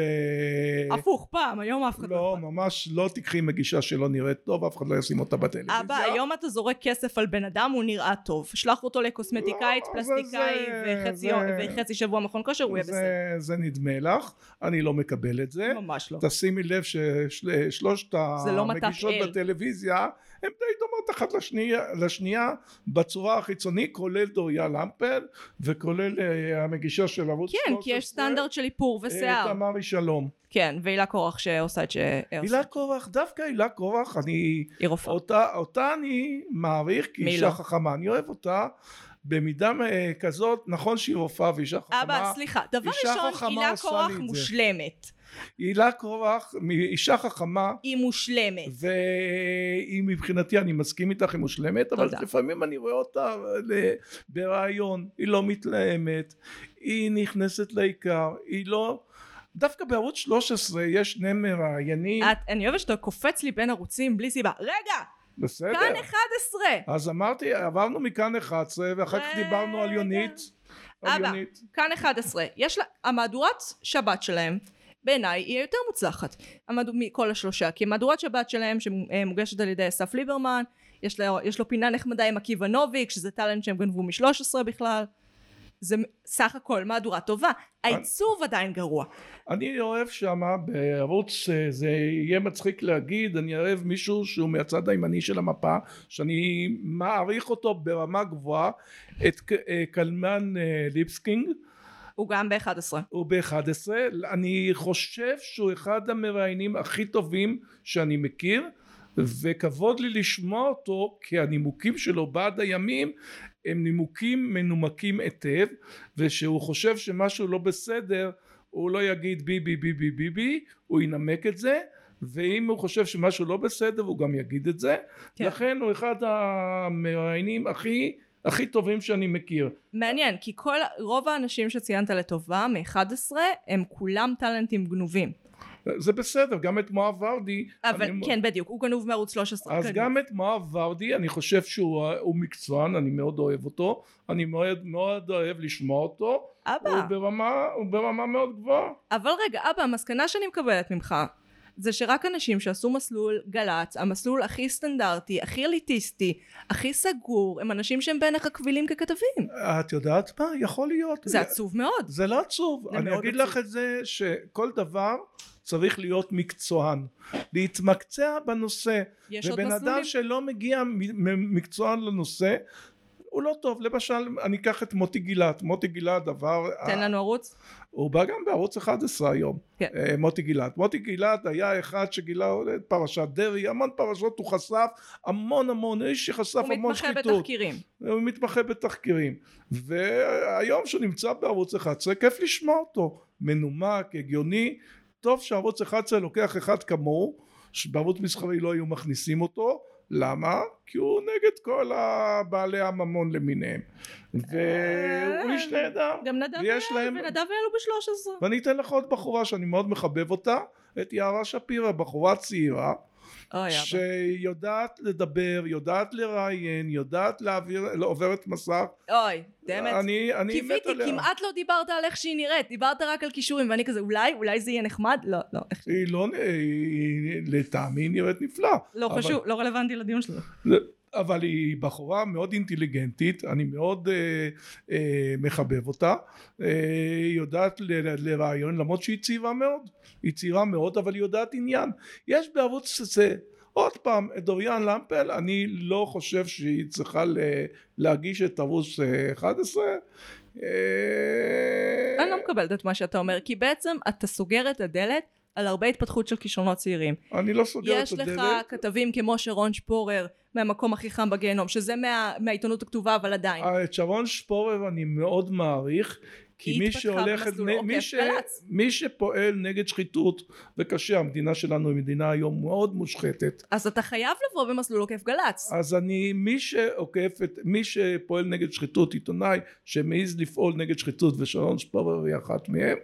Speaker 2: הפוך, פעם, היום אף אחד
Speaker 1: לא,
Speaker 2: אכפת.
Speaker 1: ממש לא תיקחי מגישה שלא נראית טוב, אף אחד לא ישים אותה בטלוויזיה.
Speaker 2: אבא, היום אתה זורק כסף על בן אדם, הוא נראה טוב. שלח אותו לקוסמטיקאית,
Speaker 1: לא, אבל
Speaker 2: פלסטיקאי,
Speaker 1: זה-
Speaker 2: וחצי
Speaker 1: זה-
Speaker 2: יום- וחצי שבוע מכון כושר, הוא יהיה
Speaker 1: זה-
Speaker 2: בסדר.
Speaker 1: זה נדמה לך, אני לא מקבל את זה.
Speaker 2: ממש לא.
Speaker 1: תשימי לב ששלושת
Speaker 2: זה לא מטף
Speaker 1: המגישות
Speaker 2: אל.
Speaker 1: בטלוויזיה הן די דומות אחת לשנייה, לשנייה בצורה החיצונית כולל דוריה למפל וכולל אה, המגישה של ערוץ
Speaker 2: כן,
Speaker 1: 13,
Speaker 2: כי יש סטנדרט של איפור
Speaker 1: לא אה,
Speaker 2: ושיער.
Speaker 1: תמרי שלום.
Speaker 2: כן, והילה קורח שעושה את ש...
Speaker 1: הילה קורח, דווקא הילה קורח, אני
Speaker 2: היא רופאה.
Speaker 1: אותה, אותה אני מעריך כי
Speaker 2: מי
Speaker 1: אישה
Speaker 2: לא?
Speaker 1: חכמה, אני אוהב אותה במידה אה, כזאת, נכון שהיא רופאה ואישה חכמה,
Speaker 2: אבא, סליחה, דבר
Speaker 1: אישה
Speaker 2: ראשון,
Speaker 1: חכמה
Speaker 2: הילה
Speaker 1: עושה
Speaker 2: קורח
Speaker 1: לי את זה.
Speaker 2: מושלמת.
Speaker 1: הילה קורח, מ- אישה חכמה
Speaker 2: היא מושלמת.
Speaker 1: והיא מבחינתי, אני מסכים איתך, היא מושלמת, אבל
Speaker 2: תודה.
Speaker 1: לפעמים אני רואה אותה ל- ברעיון, היא לא מתלהמת, היא נכנסת לעיקר, היא לא... דווקא בערוץ 13 יש שני מראיינים,
Speaker 2: את- אני אוהבת שאתה קופץ לי בין ערוצים בלי סיבה. רגע,
Speaker 1: בסדר?
Speaker 2: כאן 11!
Speaker 1: אז אמרתי, עברנו מכאן 11, ואחר כך
Speaker 2: רגע.
Speaker 1: דיברנו על יונית. על
Speaker 2: אבא.
Speaker 1: יונית.
Speaker 2: כאן 11. יש לה... המהדורת שבת שלהם, בעיניי, היא היותר מוצלחת. המהדו... מכל השלושה. כי מהדורת שבת שלהם, שמוגשת על ידי אסף ליברמן, יש לו, יש לו פינה נחמדה עם עקיבא נוביק, שזה טאלנט שהם גנבו מ-13 בכלל. זה סך הכל מהדורה טובה. העיצוב עדיין גרוע.
Speaker 1: אני אוהב שמה בערוץ אה, זה יהיה מצחיק להגיד אני אוהב מישהו שהוא מהצד הימני של המפה שאני מעריך אותו ברמה גבוהה את ק- אה, קלמן אה, ליבסקינג
Speaker 2: הוא גם ב-11.
Speaker 1: הוא ב-11 אני חושב שהוא אחד המראיינים הכי טובים שאני מכיר וכבוד לי לשמוע אותו כי הנימוקים שלו בעד הימים הם נימוקים מנומקים היטב ושהוא חושב שמשהו לא בסדר הוא לא יגיד ביבי ביבי ביבי הוא ינמק את זה ואם הוא חושב שמשהו לא בסדר הוא גם יגיד את זה
Speaker 2: כן.
Speaker 1: כן. לכן הוא אחד המראיינים הכי הכי טובים שאני מכיר
Speaker 2: מעניין, כי כל, רוב האנשים שציינת לטובה מ-11, הם כולם טאלנטים גנובים.
Speaker 1: זה בסדר, גם את מואב ורדי...
Speaker 2: אבל
Speaker 1: אני-
Speaker 2: כן, בדיוק, הוא גנוב מערוץ 13.
Speaker 1: אז
Speaker 2: גנוב.
Speaker 1: גם את מואב ורדי, אני חושב שהוא אה, הוא מקצוען, אני מאוד אוהב אותו, אני מאוד, מאוד אוהב לשמוע אותו, הוא
Speaker 2: אבא,
Speaker 1: ברמה, הוא ברמה מאוד גבוהה.
Speaker 2: אבל רגע, אבא, המסקנה שאני מקבלת ממך, זה שרק אנשים שעשו מסלול גל"צ, המסלול הכי סטנדרטי, הכי אליטיסטי, הכי סגור, הם אנשים שהם בעיניך קבילים ככתבים.
Speaker 1: את יודעת מה? יכול להיות.
Speaker 2: זה עצוב מאוד.
Speaker 1: זה לא עצוב.
Speaker 2: זה
Speaker 1: אני
Speaker 2: מאוד
Speaker 1: אגיד
Speaker 2: עצוב.
Speaker 1: לך את זה שכל דבר צריך להיות מקצוען. להתמקצע בנושא.
Speaker 2: יש עוד
Speaker 1: ובן
Speaker 2: מסלולים.
Speaker 1: אדם שלא מגיע מ- מ- מקצוען לנושא, הוא לא טוב. למשל, אני אקח את מוטי גילת. מוטי גילת עבר...
Speaker 2: תן לנו ערוץ.
Speaker 1: הוא בא גם בערוץ 11 היום,
Speaker 2: כן.
Speaker 1: אה, מוטי גילת. מוטי גילת היה אחד שגילה את פרשת דרעי, המון פרשות הוא חשף, המון המון, איש שחשף
Speaker 2: הוא
Speaker 1: המון
Speaker 2: מתמחה
Speaker 1: שחיתות.
Speaker 2: בתחקירים.
Speaker 1: הוא מתמחה בתחקירים. והיום שהוא נמצא בערוץ 11, כיף לשמוע אותו. מנומק, הגיוני, טוב שערוץ 11 לוקח אחד כמוהו, שבערוץ מסחרי לא היו מכניסים אותו. למה? כי הוא נגד כל הבעלי הממון למיניהם. והוא איש נהדר.
Speaker 2: אה, גם נדב
Speaker 1: ויש
Speaker 2: ואייל,
Speaker 1: להם-
Speaker 2: ונדב ואייל הוא ב-13.
Speaker 1: ואני אתן לך עוד בחורה שאני מאוד מחבב אותה, את יערה שפירא, בחורה צעירה,
Speaker 2: אוי אבא.
Speaker 1: שיודעת לדבר, יודעת לראיין, יודעת להעביר, לא, עוברת מסך.
Speaker 2: אוי, דמת.
Speaker 1: אני, אני מת
Speaker 2: קיוויתי,
Speaker 1: עליה.
Speaker 2: כמעט לא דיברת על איך שהיא נראית, דיברת רק על כישורים, ואני כזה, אולי, אולי זה יהיה נחמד? לא, לא, איך-
Speaker 1: היא לא, נ- היא, לטעמי היא נראית נפלא.
Speaker 2: לא
Speaker 1: אבל-
Speaker 2: חשוב, לא רלוונטי לדיון שלנו.
Speaker 1: אבל היא בחורה מאוד אינטליגנטית, אני מאוד אה, אה, מחבב אותה, אה, היא יודעת ל- ל- לרעיון למרות שהיא צעירה מאוד, היא צעירה מאוד אבל היא יודעת עניין, יש בערוץ זה, עוד פעם את דוריאן למפל אני לא חושב שהיא צריכה ל- להגיש את ערוץ אה, 11, אה,
Speaker 2: אני לא מקבלת את מה שאתה אומר, כי בעצם אתה סוגר את הדלת על הרבה התפתחות של כישרונות צעירים.
Speaker 1: אני לא סוגר את
Speaker 2: יש לך
Speaker 1: הדלת,
Speaker 2: כתבים כמו שרון שפורר, מהמקום הכי חם בגיהנום, שזה מה- מהעיתונות הכתובה, אבל עדיין.
Speaker 1: אה, את שרון שפורר אני מאוד מעריך כי
Speaker 2: היא
Speaker 1: מי
Speaker 2: התפתחה
Speaker 1: שהולכת,
Speaker 2: במסלול אוקיי,
Speaker 1: נ-
Speaker 2: עוקף
Speaker 1: מי, ש,
Speaker 2: גל"צ.
Speaker 1: מי שפועל נגד שחיתות וקשה המדינה שלנו היא מדינה היום מאוד מושחתת
Speaker 2: אז אתה חייב לבוא במסלול עוקף גל"צ.
Speaker 1: אז אני מי שעוקף את מי שפועל נגד שחיתות עיתונאי שמעז לפעול נגד שחיתות ושרון שפורר היא אחת מהם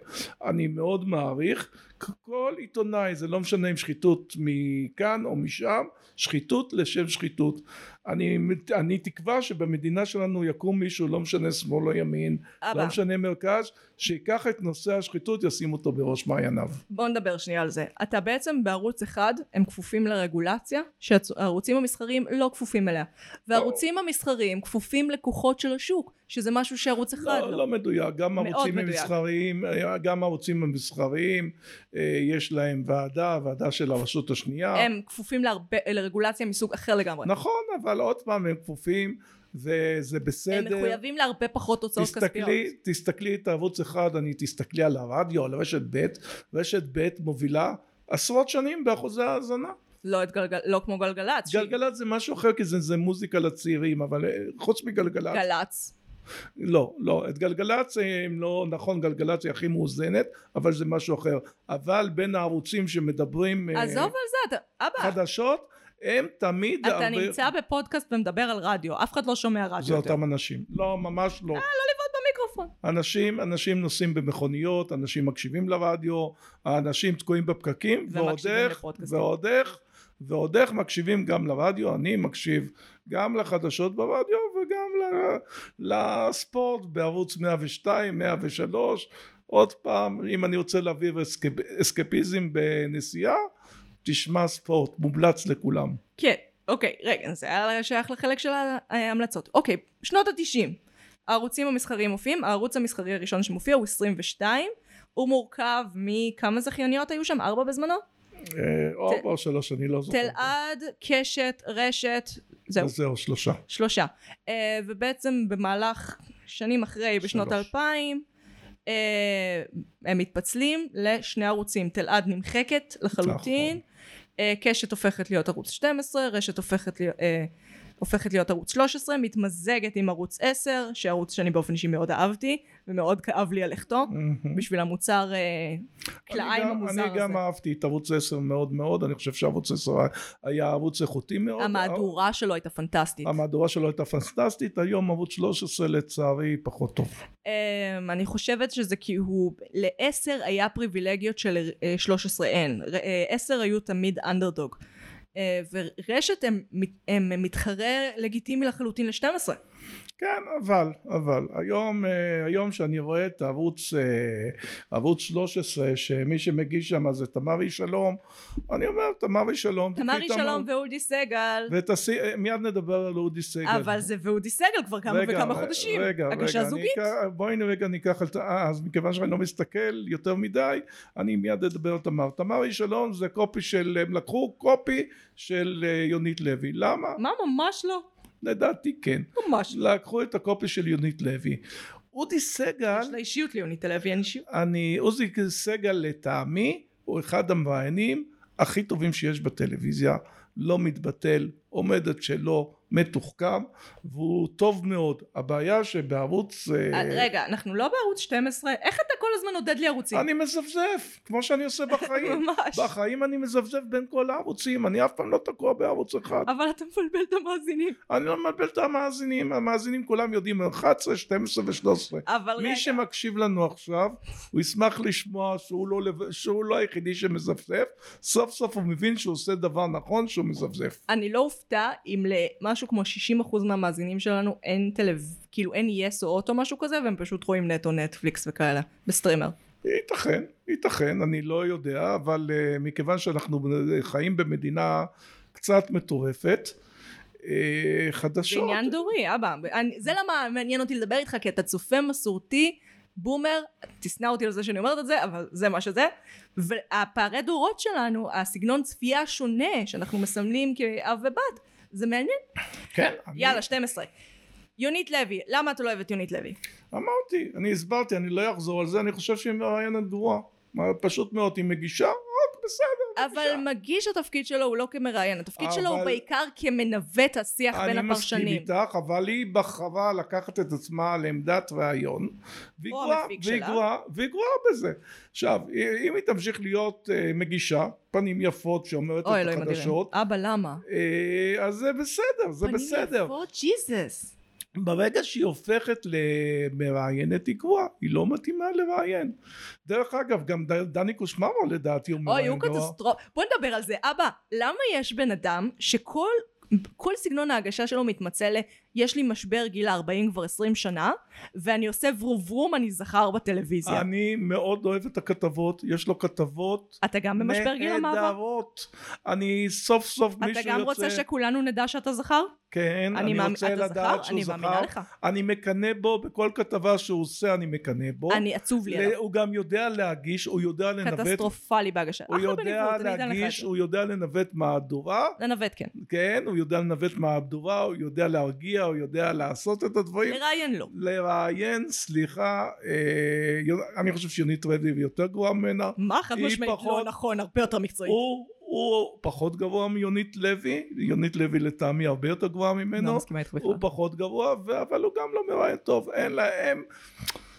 Speaker 1: אני מאוד מעריך כ- כל עיתונאי זה לא משנה אם שחיתות מכאן או משם שחיתות לשם שחיתות אני, אני תקווה שבמדינה שלנו יקום מישהו לא משנה שמאל או ימין
Speaker 2: אבא,
Speaker 1: לא משנה מרכז, שייקח את נושא השחיתות ישים אותו בראש מעייניו.
Speaker 2: בוא נדבר שנייה על זה. אתה בעצם בערוץ אחד, הם כפופים לרגולציה שהערוצים המסחריים לא כפופים אליה. והערוצים המסחריים כפופים לכוחות של השוק, שזה משהו שערוץ אחד
Speaker 1: לא,
Speaker 2: לא.
Speaker 1: לא מדויק, גם
Speaker 2: מאוד
Speaker 1: ערוצים
Speaker 2: מדויק.
Speaker 1: מסחריים, גם הערוצים המסחריים, אה, יש להם ועדה, ועדה של הרשות השנייה.
Speaker 2: הם כפופים להרבה- לרגולציה מסוג אחר לגמרי.
Speaker 1: נכון, אבל עוד פעם הם כפופים, וזה
Speaker 2: הם
Speaker 1: בסדר.
Speaker 2: מחויבים להרבה פחות הוצאות כספיות.
Speaker 1: תסתכלי, תסתכלי את הערוץ אחד, אני תסתכלי על הרדיו, על רשת ב', רשת ב' מובילה עשרות שנים באחוזי האזנה.
Speaker 2: לא, את גלגל, לא כמו גלגלצ. שהיא-
Speaker 1: גלגלצ זה משהו אחר, כי זה, זה מוזיקה לצעירים, אבל אה, חוץ מגלגלצ...
Speaker 2: גל"צ.
Speaker 1: לא, לא, את גלגלצ, אה, אם לא נכון, גלגלצ היא הכי מאוזנת, אבל זה משהו אחר. אבל בין הערוצים שמדברים אה,
Speaker 2: עזוב על זה, אתה, אבא,
Speaker 1: חדשות, הם תמיד...
Speaker 2: אתה
Speaker 1: הרבה-
Speaker 2: נמצא בפודקאסט ומדבר על רדיו, אף אחד לא שומע
Speaker 1: זה
Speaker 2: רדיו יותר.
Speaker 1: אותם אנשים. לא, ממש לא.
Speaker 2: במיקרופון.
Speaker 1: אנשים, אנשים נוסעים במכוניות, אנשים מקשיבים לרדיו, האנשים תקועים בפקקים,
Speaker 2: ומקשיבים
Speaker 1: ועוד איך,
Speaker 2: לפודקאסטים.
Speaker 1: ועוד איך, ועוד איך מקשיבים גם לרדיו, אני מקשיב גם לחדשות ברדיו וגם ל- לספורט בערוץ 102, 103, עוד פעם, אם אני רוצה להעביר אסקפ, אסקפיזם בנסיעה, תשמע ספורט, מומלץ לכולם.
Speaker 2: כן, אוקיי, רגע, זה היה שייך לחלק של ההמלצות. אוקיי, שנות התשעים. הערוצים המסחריים מופיעים, הערוץ המסחרי הראשון שמופיע הוא 22, הוא מורכב מכמה זכייניות היו שם? ארבע בזמנו?
Speaker 1: אה, או
Speaker 2: תל-
Speaker 1: או שלוש, אני לא זוכר.
Speaker 2: תלעד, קשת, רשת, זהו.
Speaker 1: אז זהו, שלושה.
Speaker 2: שלושה. אה, ובעצם במהלך שנים אחרי, בשנות
Speaker 1: שלוש.
Speaker 2: אלפיים, אה, הם מתפצלים לשני ערוצים. תלעד נמחקת לחלוטין,
Speaker 1: נכון.
Speaker 2: אה, קשת הופכת להיות ערוץ 12, רשת הופכת להיות... אה, הופכת להיות ערוץ 13, מתמזגת עם ערוץ 10, שערוץ שאני באופן אישי מאוד אהבתי, ומאוד כאב לי על לכתו בשביל המוצר אה,
Speaker 1: נכון. אני
Speaker 2: כלאיים
Speaker 1: גם-
Speaker 2: המוזר
Speaker 1: אני גם
Speaker 2: הזה.
Speaker 1: אהבתי את ערוץ 10 מאוד מאוד, אני חושב שערוץ 10 היה ערוץ איכותי מאוד.
Speaker 2: המהדורה שלו הייתה פנטסטית.
Speaker 1: המהדורה שלו הייתה פנטסטית, היום ערוץ 13 לצערי פחות טוב.
Speaker 2: אמ, אני חושבת שזה כי הוא, לעשר היה פריבילגיות של אה, 13 אין, ר- אה, עשר היו תמיד אנדרדוג. אה, ורשת הם, מת- הם הם מתחרה לגיטימי לחלוטין ל-12.
Speaker 1: כן, אבל, אבל, היום, אה, היום שאני רואה את ערוץ, אה, ערוץ 13, שמי שמגיש שם זה תמרי שלום, אני אומר תמרי שלום. תקחי
Speaker 2: תמרי שלום
Speaker 1: תמר-
Speaker 2: ואודי סגל,
Speaker 1: ואת הסי... אה, מיד נדבר על אודי סגל.
Speaker 2: אבל זה ואודי סגל כבר כמה
Speaker 1: רגע,
Speaker 2: וכמה
Speaker 1: ר-
Speaker 2: חודשים.
Speaker 1: רגע, רגע,
Speaker 2: הגשה
Speaker 1: אני
Speaker 2: זוגית.
Speaker 1: אקח- בואי רגע ניקח את ה... אז מכיוון שאני לא מסתכל יותר מדי, אני מיד אדבר על תמר. תמרי שלום זה קופי של... הם לקחו קופי של אה, יונית לוי. למה?
Speaker 2: מה ממש לא?
Speaker 1: לדעתי כן.
Speaker 2: ממש לא.
Speaker 1: לקחו את הקופי של יונית לוי. אודי סגל...
Speaker 2: יש לה אישיות ליונית לוי, אין אישיות.
Speaker 1: אני, עוזי סגל לטעמי הוא אחד המראיינים הכי טובים שיש בטלוויזיה, לא מתבטל, עומד את שלו, מתוחכם, והוא טוב מאוד. הבעיה שבערוץ... אה,
Speaker 2: רגע, אנחנו לא בערוץ 12, איך אתה כל הזמן עודד לי ערוצים?
Speaker 1: אני מזפזף, כמו שאני עושה בחיים.
Speaker 2: ממש.
Speaker 1: בחיים אני מזפזף בין כל הערוצים, אני אף פעם לא תקוע בערוץ אחד.
Speaker 2: אבל אתה מבלבל את המאזינים.
Speaker 1: אני לא מבלבל את המאזינים, המאזינים כולם יודעים 11, 12 ו-13.
Speaker 2: אבל רגע.
Speaker 1: מי שמקשיב לנו עכשיו הוא ישמח לשמוע שהוא לא, לב- שהוא לא היחידי שמזפזף סוף סוף הוא מבין שהוא עושה דבר נכון שהוא מזפזף
Speaker 2: אני לא אופתע אם למשהו כמו 60% מהמאזינים שלנו אין טלו... כאילו אין יס או אוטו משהו כזה והם פשוט רואים נטו נטפליקס וכאלה בסטרימר.
Speaker 1: ייתכן ייתכן אני לא יודע אבל uh, מכיוון שאנחנו חיים במדינה קצת מטורפת uh,
Speaker 2: זה
Speaker 1: חדשות
Speaker 2: עניין דורי אבא. אני, זה למה מעניין אותי לדבר איתך כי אתה צופה מסורתי בומר תשנא אותי על זה שאני אומרת את זה אבל זה מה שזה והפערי דורות שלנו הסגנון צפייה השונה שאנחנו מסמלים כאב ובת זה מעניין
Speaker 1: כן, אני-
Speaker 2: יאללה 12 יונית לוי למה את לא אוהבת יונית לוי?
Speaker 1: אמרתי, אני הסברתי, אני לא אחזור על זה, אני חושב שהיא מראיינת גרועה. מה, פשוט מאוד, היא מגישה, רק בסדר.
Speaker 2: אבל מגיש התפקיד שלו הוא לא כמראיין, התפקיד שלו
Speaker 1: אבל-
Speaker 2: הוא בעיקר כמנווט השיח בין
Speaker 1: אני מסכים
Speaker 2: הפרשנים.
Speaker 1: איתך, אבל היא בחרה לקחת את עצמה לעמדת ראיון, והיא
Speaker 2: או
Speaker 1: גרועה-
Speaker 2: המפיק
Speaker 1: והיא
Speaker 2: שלה.
Speaker 1: גרועה- והיא גרועה בזה. עכשיו, אם היא תמשיך להיות אה, מגישה, פנים יפות שאומרת
Speaker 2: אוי
Speaker 1: את
Speaker 2: אלוהים אדירים.
Speaker 1: החדשות,
Speaker 2: אבא למה?
Speaker 1: אה, אז זה בסדר, זה בסדר.
Speaker 2: פנים יפות, ג'יזוס.
Speaker 1: ברגע שהיא הופכת למראיינת היא גרועה, היא לא מתאימה לראיין. דרך אגב, גם ד- דני קושמרו לדעתי לא- הוא
Speaker 2: אוי,
Speaker 1: מראיין
Speaker 2: הוא
Speaker 1: גרוע.
Speaker 2: קטסטרופה. בוא נדבר על זה. אבא, למה יש בן אדם שכל כל סגנון ההגשה שלו מתמצא ל... יש לי משבר גיל 40 כבר 20 שנה, ואני עושה ורוב ורום אני זכר בטלוויזיה.
Speaker 1: אני מאוד אוהב את הכתבות, יש לו כתבות
Speaker 2: אתה גם במשבר גיל המעבר?
Speaker 1: נהדרות. אני סוף סוף מישהו
Speaker 2: אתה
Speaker 1: יוצא...
Speaker 2: גם רוצה שכולנו נדע שאתה זכר?
Speaker 1: כן,
Speaker 2: אני
Speaker 1: אני
Speaker 2: מאמ-
Speaker 1: רוצה
Speaker 2: אתה
Speaker 1: לדעת
Speaker 2: זכר?
Speaker 1: שהוא
Speaker 2: אני מאמינה
Speaker 1: זכר.
Speaker 2: לך.
Speaker 1: אני מקנא בו, בכל כתבה שהוא עושה אני מקנא בו.
Speaker 2: אני עצוב לי
Speaker 1: ל-
Speaker 2: עליו.
Speaker 1: הוא גם יודע להגיש, הוא יודע לנווט.
Speaker 2: קטסטרופלי בהגשה.
Speaker 1: הוא
Speaker 2: אחלה
Speaker 1: יודע
Speaker 2: בניווט, אני אתן לך את
Speaker 1: להגיש,
Speaker 2: זה.
Speaker 1: הוא יודע לנווט מהדורה.
Speaker 2: לנווט כן.
Speaker 1: כן, הוא יודע לנווט מהדורה, הוא יודע להרגיע, הוא יודע לעשות את הדברים.
Speaker 2: לראיין לא.
Speaker 1: לראיין, סליחה, אה, יונ- אני חושב שיונית רדי היא יותר גרועה ממנה.
Speaker 2: מה חד
Speaker 1: היא
Speaker 2: משמעית לא
Speaker 1: פחות-
Speaker 2: נכון, הרבה יותר מקצועית.
Speaker 1: הוא, הוא פחות גרוע מיונית לוי, יונית לוי לטעמי הרבה יותר גרועה
Speaker 2: לא
Speaker 1: ממנו,
Speaker 2: מסכימה איתך
Speaker 1: הוא
Speaker 2: בכלל.
Speaker 1: פחות גרוע, ו- אבל הוא גם לא מראיין טוב, אין להם...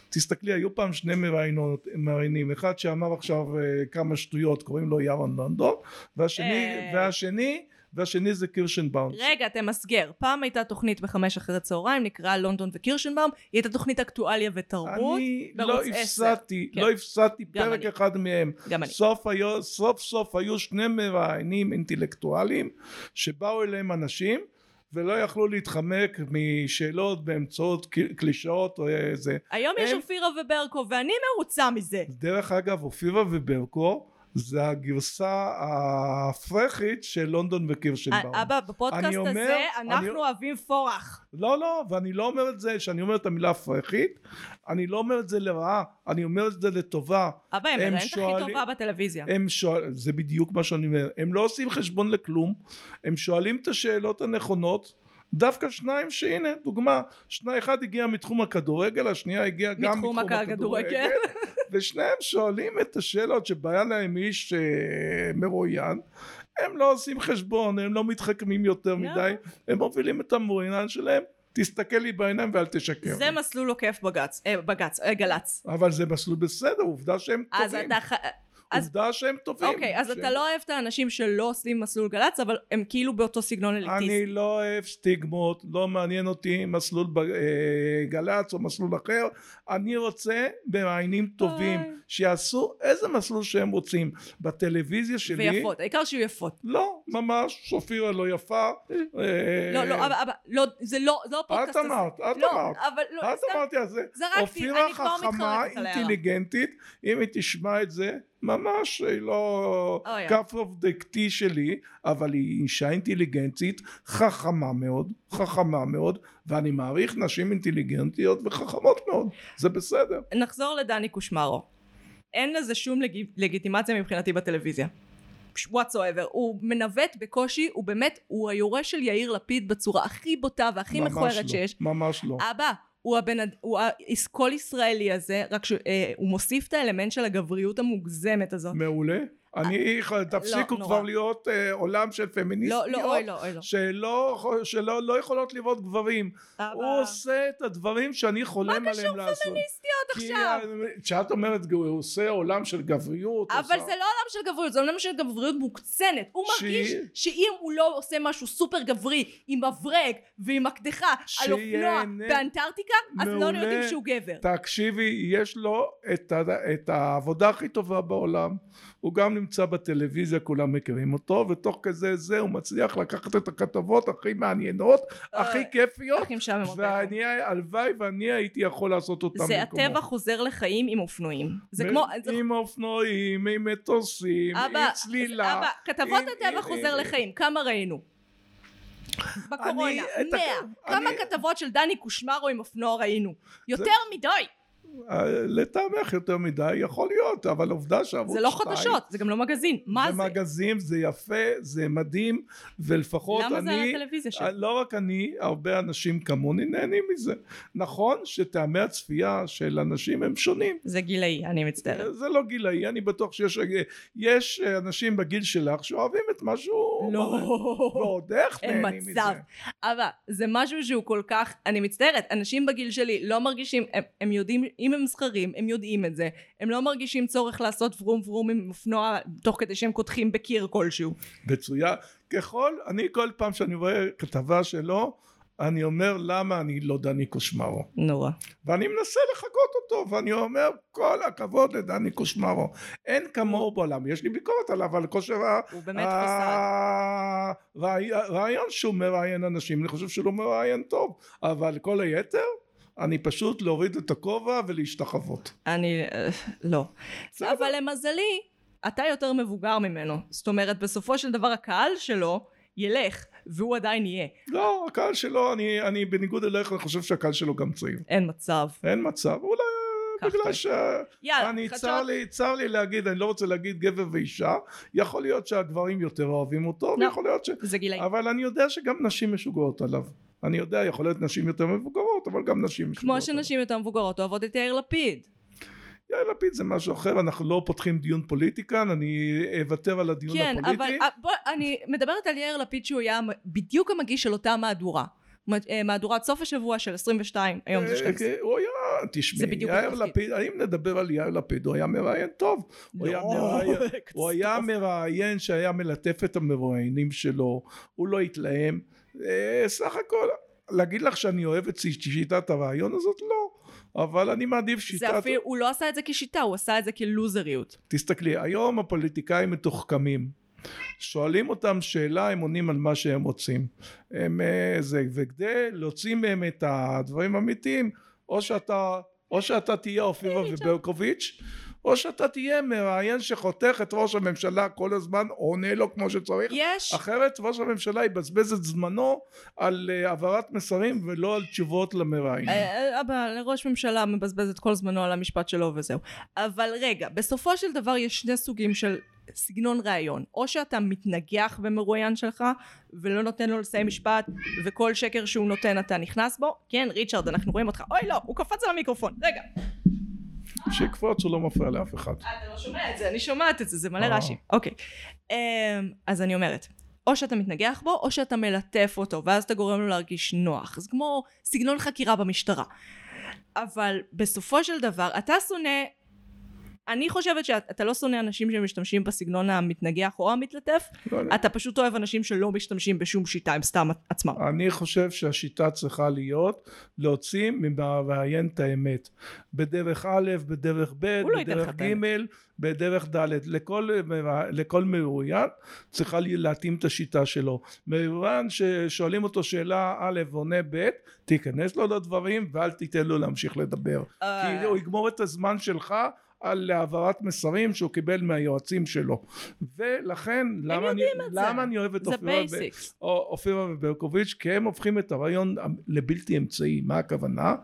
Speaker 1: תסתכלי, היו פעם שני מראיינות- מראיינים, אחד שאמר עכשיו אה, כמה שטויות, קוראים לו ירון לונדון, והשני,
Speaker 2: אה.
Speaker 1: והשני, והשני זה קירשנבאום.
Speaker 2: רגע, תמסגר. פעם הייתה תוכנית בחמש אחרי הצהריים, נקראה לונדון וקירשנבאום, היא הייתה תוכנית אקטואליה ותרבות,
Speaker 1: אני לא
Speaker 2: בערוץ עשר.
Speaker 1: הפסדתי,
Speaker 2: כן.
Speaker 1: לא הפסדתי
Speaker 2: גם
Speaker 1: פרק
Speaker 2: אני.
Speaker 1: אחד מהם.
Speaker 2: גם אני.
Speaker 1: סוף, היו, סוף סוף היו שני מראיינים אינטלקטואלים שבאו אליהם אנשים ולא יכלו להתחמק משאלות באמצעות ק- קלישאות או איזה.
Speaker 2: היום יש
Speaker 1: הם-
Speaker 2: אופירה וברקו, ואני מרוצה מזה.
Speaker 1: דרך אגב אופירה וברקו זה הגרסה הפרחית של לונדון וקירשנבאום.
Speaker 2: א- אה, אבא, בפודקאסט
Speaker 1: אני אומר-
Speaker 2: הזה
Speaker 1: אני-
Speaker 2: אנחנו אוהבים פורח.
Speaker 1: לא לא ואני לא אומר את זה שאני אומר את המילה הפרחית אני לא אומר את זה לרעה אני אומר את זה לטובה
Speaker 2: אבא,
Speaker 1: הם
Speaker 2: הם מראיינת הכי
Speaker 1: שואלים-
Speaker 2: טובה בטלוויזיה.
Speaker 1: הם שואל, זה בדיוק מה שאני אומר, הם לא עושים חשבון לכלום, הם שואלים את השאלות הנכונות, דווקא שניים שהנה דוגמה, שני אחד הגיע מתחום הכדורגל, השנייה הגיעה גם
Speaker 2: מתחום
Speaker 1: מתחום
Speaker 2: הכדורגל.
Speaker 1: הכדורגל, ושניהם שואלים את השאלות שבא להם איש אה, מרואיין, הם לא עושים חשבון, הם לא מתחכמים יותר
Speaker 2: למה?
Speaker 1: מדי, הם מובילים את המרואיין שלהם תסתכל לי בעיניים ואל תשקר.
Speaker 2: זה
Speaker 1: לי.
Speaker 2: מסלול עוקף בג"ץ, אה, בג"ץ, אה, גל"צ.
Speaker 1: אבל זה מסלול בסדר, עובדה שהם
Speaker 2: אז
Speaker 1: טובים.
Speaker 2: אתה... ח- אז-
Speaker 1: עובדה שהם טובים.
Speaker 2: אוקיי, אז
Speaker 1: שהם-
Speaker 2: אתה לא אוהב את האנשים שלא עושים מסלול גל"צ, אבל הם כאילו באותו סגנון
Speaker 1: אני
Speaker 2: אליטיסט.
Speaker 1: לא אוהב סטיגמות, לא מעניין אותי מסלול ב- אה, גל"צ או מסלול אחר, אני רוצה במעיינים טובים,
Speaker 2: איי.
Speaker 1: שיעשו איזה מסלול שהם רוצים. בטלוויזיה שלי...
Speaker 2: ויפות, העיקר שיהיו יפות.
Speaker 1: לא, ממש, סופירה לא יפה. אה,
Speaker 2: לא, לא, אבל, אבל, לא, זה לא, זה לא הפודקאסט הזה.
Speaker 1: אמרת, את
Speaker 2: לא,
Speaker 1: אמרת.
Speaker 2: אבל לא,
Speaker 1: אז אמרתי על זה.
Speaker 2: זרקתי,
Speaker 1: אופירה
Speaker 2: אני כבר
Speaker 1: חכמה,
Speaker 2: מתחרטת על ההערה.
Speaker 1: אינטליגנטית, אם היא תשמע את זה, ממש, היא לא
Speaker 2: אוי, אוי.
Speaker 1: כף עובדקתי שלי, אבל היא אישה אינטליגנטית, חכמה מאוד, חכמה מאוד, ואני מעריך נשים אינטליגנטיות וחכמות מאוד, זה בסדר.
Speaker 2: נחזור לדני קושמרו. אין לזה שום לג... לגיטימציה מבחינתי בטלוויזיה. וואטסואבר. הוא מנווט בקושי, הוא באמת, הוא היורה של יאיר לפיד בצורה הכי בוטה והכי
Speaker 1: ממש
Speaker 2: מכוערת
Speaker 1: לא,
Speaker 2: שיש. אה,
Speaker 1: ממש לא.
Speaker 2: אבא, הוא הבן אד... הוא כל ישראלי הזה, רק שהוא אה, הוא מוסיף את האלמנט של הגבריות המוגזמת הזאת.
Speaker 1: מעולה. אני, תפסיקו
Speaker 2: לא,
Speaker 1: כבר
Speaker 2: נורא.
Speaker 1: להיות אה, עולם של פמיניסטיות.
Speaker 2: לא, לא, אוי, לא, אוי, לא.
Speaker 1: שלא, שלא לא יכולות לראות גברים.
Speaker 2: אבא.
Speaker 1: הוא עושה את הדברים שאני חולם
Speaker 2: מה
Speaker 1: עליהם
Speaker 2: קשור
Speaker 1: לעשות.
Speaker 2: פמיניסטיות
Speaker 1: כי
Speaker 2: עכשיו?
Speaker 1: כשאת אומרת גו- הוא עושה עולם של גבריות,
Speaker 2: אבל
Speaker 1: עושה-
Speaker 2: זה לא עולם של גבריות, זה עולם של גבריות מוקצנת. הוא
Speaker 1: שהיא-
Speaker 2: מרגיש שאם הוא לא עושה משהו סופר גברי עם מברג ועם מקדחה על אופנוע
Speaker 1: שיהנה.
Speaker 2: באנטארקטיקה, אז לא
Speaker 1: מעולה.
Speaker 2: יודעים שהוא גבר.
Speaker 1: תקשיבי, יש לו את, ה- את העבודה הכי טובה בעולם. הוא גם נמצא בטלוויזיה, כולם מכירים אותו, ותוך כזה זה הוא מצליח לקחת את הכתבות הכי מעניינות,
Speaker 2: אוי,
Speaker 1: הכי כיפיות,
Speaker 2: אחים שם הם הרבה אחרים.
Speaker 1: ואני, הלוואי ואני הייתי יכול לעשות אותם
Speaker 2: זה הטבע חוזר לחיים עם אופנועים. זה כמו... זה-
Speaker 1: עם אופנועים, עם מטוסים, עם
Speaker 2: אבא,
Speaker 1: צלילה.
Speaker 2: אבא, כתבות
Speaker 1: עם-
Speaker 2: הטבע
Speaker 1: עם-
Speaker 2: חוזר לחיים, כמה ראינו? בקורונה,
Speaker 1: את ה-
Speaker 2: 100. כמה
Speaker 1: אני-
Speaker 2: כתבות של דני קושמרו עם אופנוע ראינו? יותר מדי.
Speaker 1: אה, לטעמך יותר מדי, יכול להיות, אבל עובדה שערוץ
Speaker 2: זה לא
Speaker 1: שתיים-
Speaker 2: חדשות, זה גם לא מגזין. מה
Speaker 1: זה
Speaker 2: זה?
Speaker 1: מגזין, זה יפה, זה מדהים, ולפחות אני...
Speaker 2: למה זה על הטלוויזיה שלו?
Speaker 1: אה, לא רק אני, הרבה אנשים כמוני נהנים מזה. נכון שטעמי הצפייה של אנשים הם שונים.
Speaker 2: זה גילאי, אני מצטערת.
Speaker 1: אה, זה לא גילאי, אני בטוח שיש אה, יש אה, אנשים בגיל שלך שאוהבים את מה שהוא... מראה.
Speaker 2: לא.
Speaker 1: ועוד איך
Speaker 2: אין
Speaker 1: נהנים מזה.
Speaker 2: מצב. אבל זה משהו שהוא כל כך, אני מצטערת, אנשים בגיל שלי לא מרגישים, הם, הם יודעים, אם הם זכרים, הם יודעים את זה. הם לא מרגישים צורך לעשות ורום ורום עם אופנוע תוך כדי שהם קודחים בקיר כלשהו.
Speaker 1: מצוין. ככל, אני כל פעם שאני רואה כתבה שלו, אני אומר למה אני לא דני קושמרו.
Speaker 2: נורא.
Speaker 1: ואני מנסה לחקות אותו ואני אומר כל הכבוד לדני קושמרו אין כמוהו בעולם יש לי ביקורת עליו על כושר ה-
Speaker 2: הוא באמת חסר.
Speaker 1: ה- ראי- הרעיון שהוא מראיין אנשים אני חושב שהוא לא מראיין טוב אבל כל היתר אני פשוט להוריד את הכובע ולהשתחוות
Speaker 2: אני, אה, לא.
Speaker 1: בסדר.
Speaker 2: אבל למזלי, אתה יותר מבוגר ממנו. זאת אומרת, בסופו של דבר הקהל שלו ילך, והוא עדיין יהיה.
Speaker 1: לא הקהל שלו אני, אני בניגוד אליך אני חושב שהקהל שלו גם צעיר
Speaker 2: אין מצב.
Speaker 1: אין מצב אולי
Speaker 2: כך טוב.
Speaker 1: בגלל שה...
Speaker 2: יאללה,
Speaker 1: אני
Speaker 2: חדשות.
Speaker 1: צר לי, צר לי להגיד, אני לא רוצה להגיד גבר ואישה, יכול להיות שהגברים יותר אוהבים אותו,
Speaker 2: לא.
Speaker 1: ויכול להיות ש...
Speaker 2: זה גילאים.
Speaker 1: אבל אני יודע שגם נשים משוגעות עליו. אני יודע, יכול להיות נשים יותר מבוגרות, אבל גם נשים משוגעות.
Speaker 2: כמו שנשים יותר מבוגרות אוהבות את יאיר לפיד.
Speaker 1: עליו. יאיר לפיד זה משהו אחר, אנחנו לא פותחים דיון פוליטי כאן, אני אוותר על הדיון
Speaker 2: כן,
Speaker 1: הפוליטי.
Speaker 2: אבל אה, בוא, אני מדברת על יאיר לפיד שהוא היה המ- בדיוק המגיש של אותה מהדורה. מ- אה, מהדורת סוף השבוע של 22, היום זה
Speaker 1: אה,
Speaker 2: 12.
Speaker 1: כן, הוא היה,
Speaker 2: זה
Speaker 1: תשמעי,
Speaker 2: בדיוק
Speaker 1: יאיר
Speaker 2: התפקיד.
Speaker 1: לפיד, אם נדבר על יאיר לפיד, הוא היה מראיין טוב. כן. הוא היה
Speaker 2: לא.
Speaker 1: מראיין, הוא היה מראיין שהיה מלטף את המרואיינים שלו, הוא לא התלהם. אה, סך הכל, להגיד לך שאני אוהב את שיטת הרעיון הזאת? לא. אבל אני מעדיף שיטת...
Speaker 2: זה אפילו, הוא לא עשה את זה כשיטה, הוא עשה את זה כלוזריות.
Speaker 1: תסתכלי, היום הפוליטיקאים מתוחכמים. שואלים אותם שאלה, הם עונים על מה שהם רוצים. הם, אה, זה, וכדי להוציא מהם את הדברים האמיתיים, או שאתה, או שאתה תהיה אופירה
Speaker 2: כן,
Speaker 1: וברקוביץ', או שאתה תהיה מראיין שחותך את ראש הממשלה כל הזמן, או עונה לו כמו שצריך.
Speaker 2: יש,
Speaker 1: אחרת ראש הממשלה יבזבז את זמנו על אה, העברת מסרים ולא על תשובות למראיינים.
Speaker 2: אה, אבא, לראש ממשלה מבזבז את כל זמנו על המשפט שלו וזהו. אבל רגע, בסופו של דבר יש שני סוגים של סגנון ראיון. או שאתה מתנגח במרואיין שלך, ולא נותן לו לסיים משפט, וכל שקר שהוא נותן אתה נכנס בו. כן, ריצ'רד, אנחנו רואים אותך. אוי, לא, הוא קפץ על המיקרופון. רגע.
Speaker 1: שיקפוץ הוא לא מפריע לאף אחד.
Speaker 2: אתה לא שומע את זה, אני שומעת את זה, זה מלא
Speaker 1: אה.
Speaker 2: רעשים. אוקיי. אמ, אז אני אומרת, או שאתה מתנגח בו, או שאתה מלטף אותו, ואז אתה גורם לו להרגיש נוח. זה כמו סגנון חקירה במשטרה. אבל בסופו של דבר, אתה שונא... אני חושבת שאתה לא שונא אנשים שמשתמשים בסגנון המתנגח או המתלטף,
Speaker 1: לא, לא.
Speaker 2: אתה פשוט אוהב אנשים שלא משתמשים בשום שיטה, הם סתם עצמם.
Speaker 1: אני חושב שהשיטה צריכה להיות להוציא ממראיין את האמת בדרך א', בדרך ב',
Speaker 2: הוא לא ייתן
Speaker 1: בדרך
Speaker 2: לך את
Speaker 1: ג', בדרך ד', לכל, מרא- לכל מרואיין צריכה לי- להתאים את השיטה שלו. מרואיין ששואלים אותו שאלה א' עונה ב', תיכנס לו לדברים ואל תיתן לו להמשיך לדבר.
Speaker 2: אה,
Speaker 1: כי הוא יגמור את הזמן שלך על העברת מסרים שהוא קיבל מהיועצים שלו ולכן למה אני,
Speaker 2: את זה.
Speaker 1: למה אני אוהב את
Speaker 2: זה
Speaker 1: אופירה ו-
Speaker 2: basics.
Speaker 1: או- אופירה וברקוביץ' כי הם הופכים את הרעיון לבלתי אמצעי מה הכוונה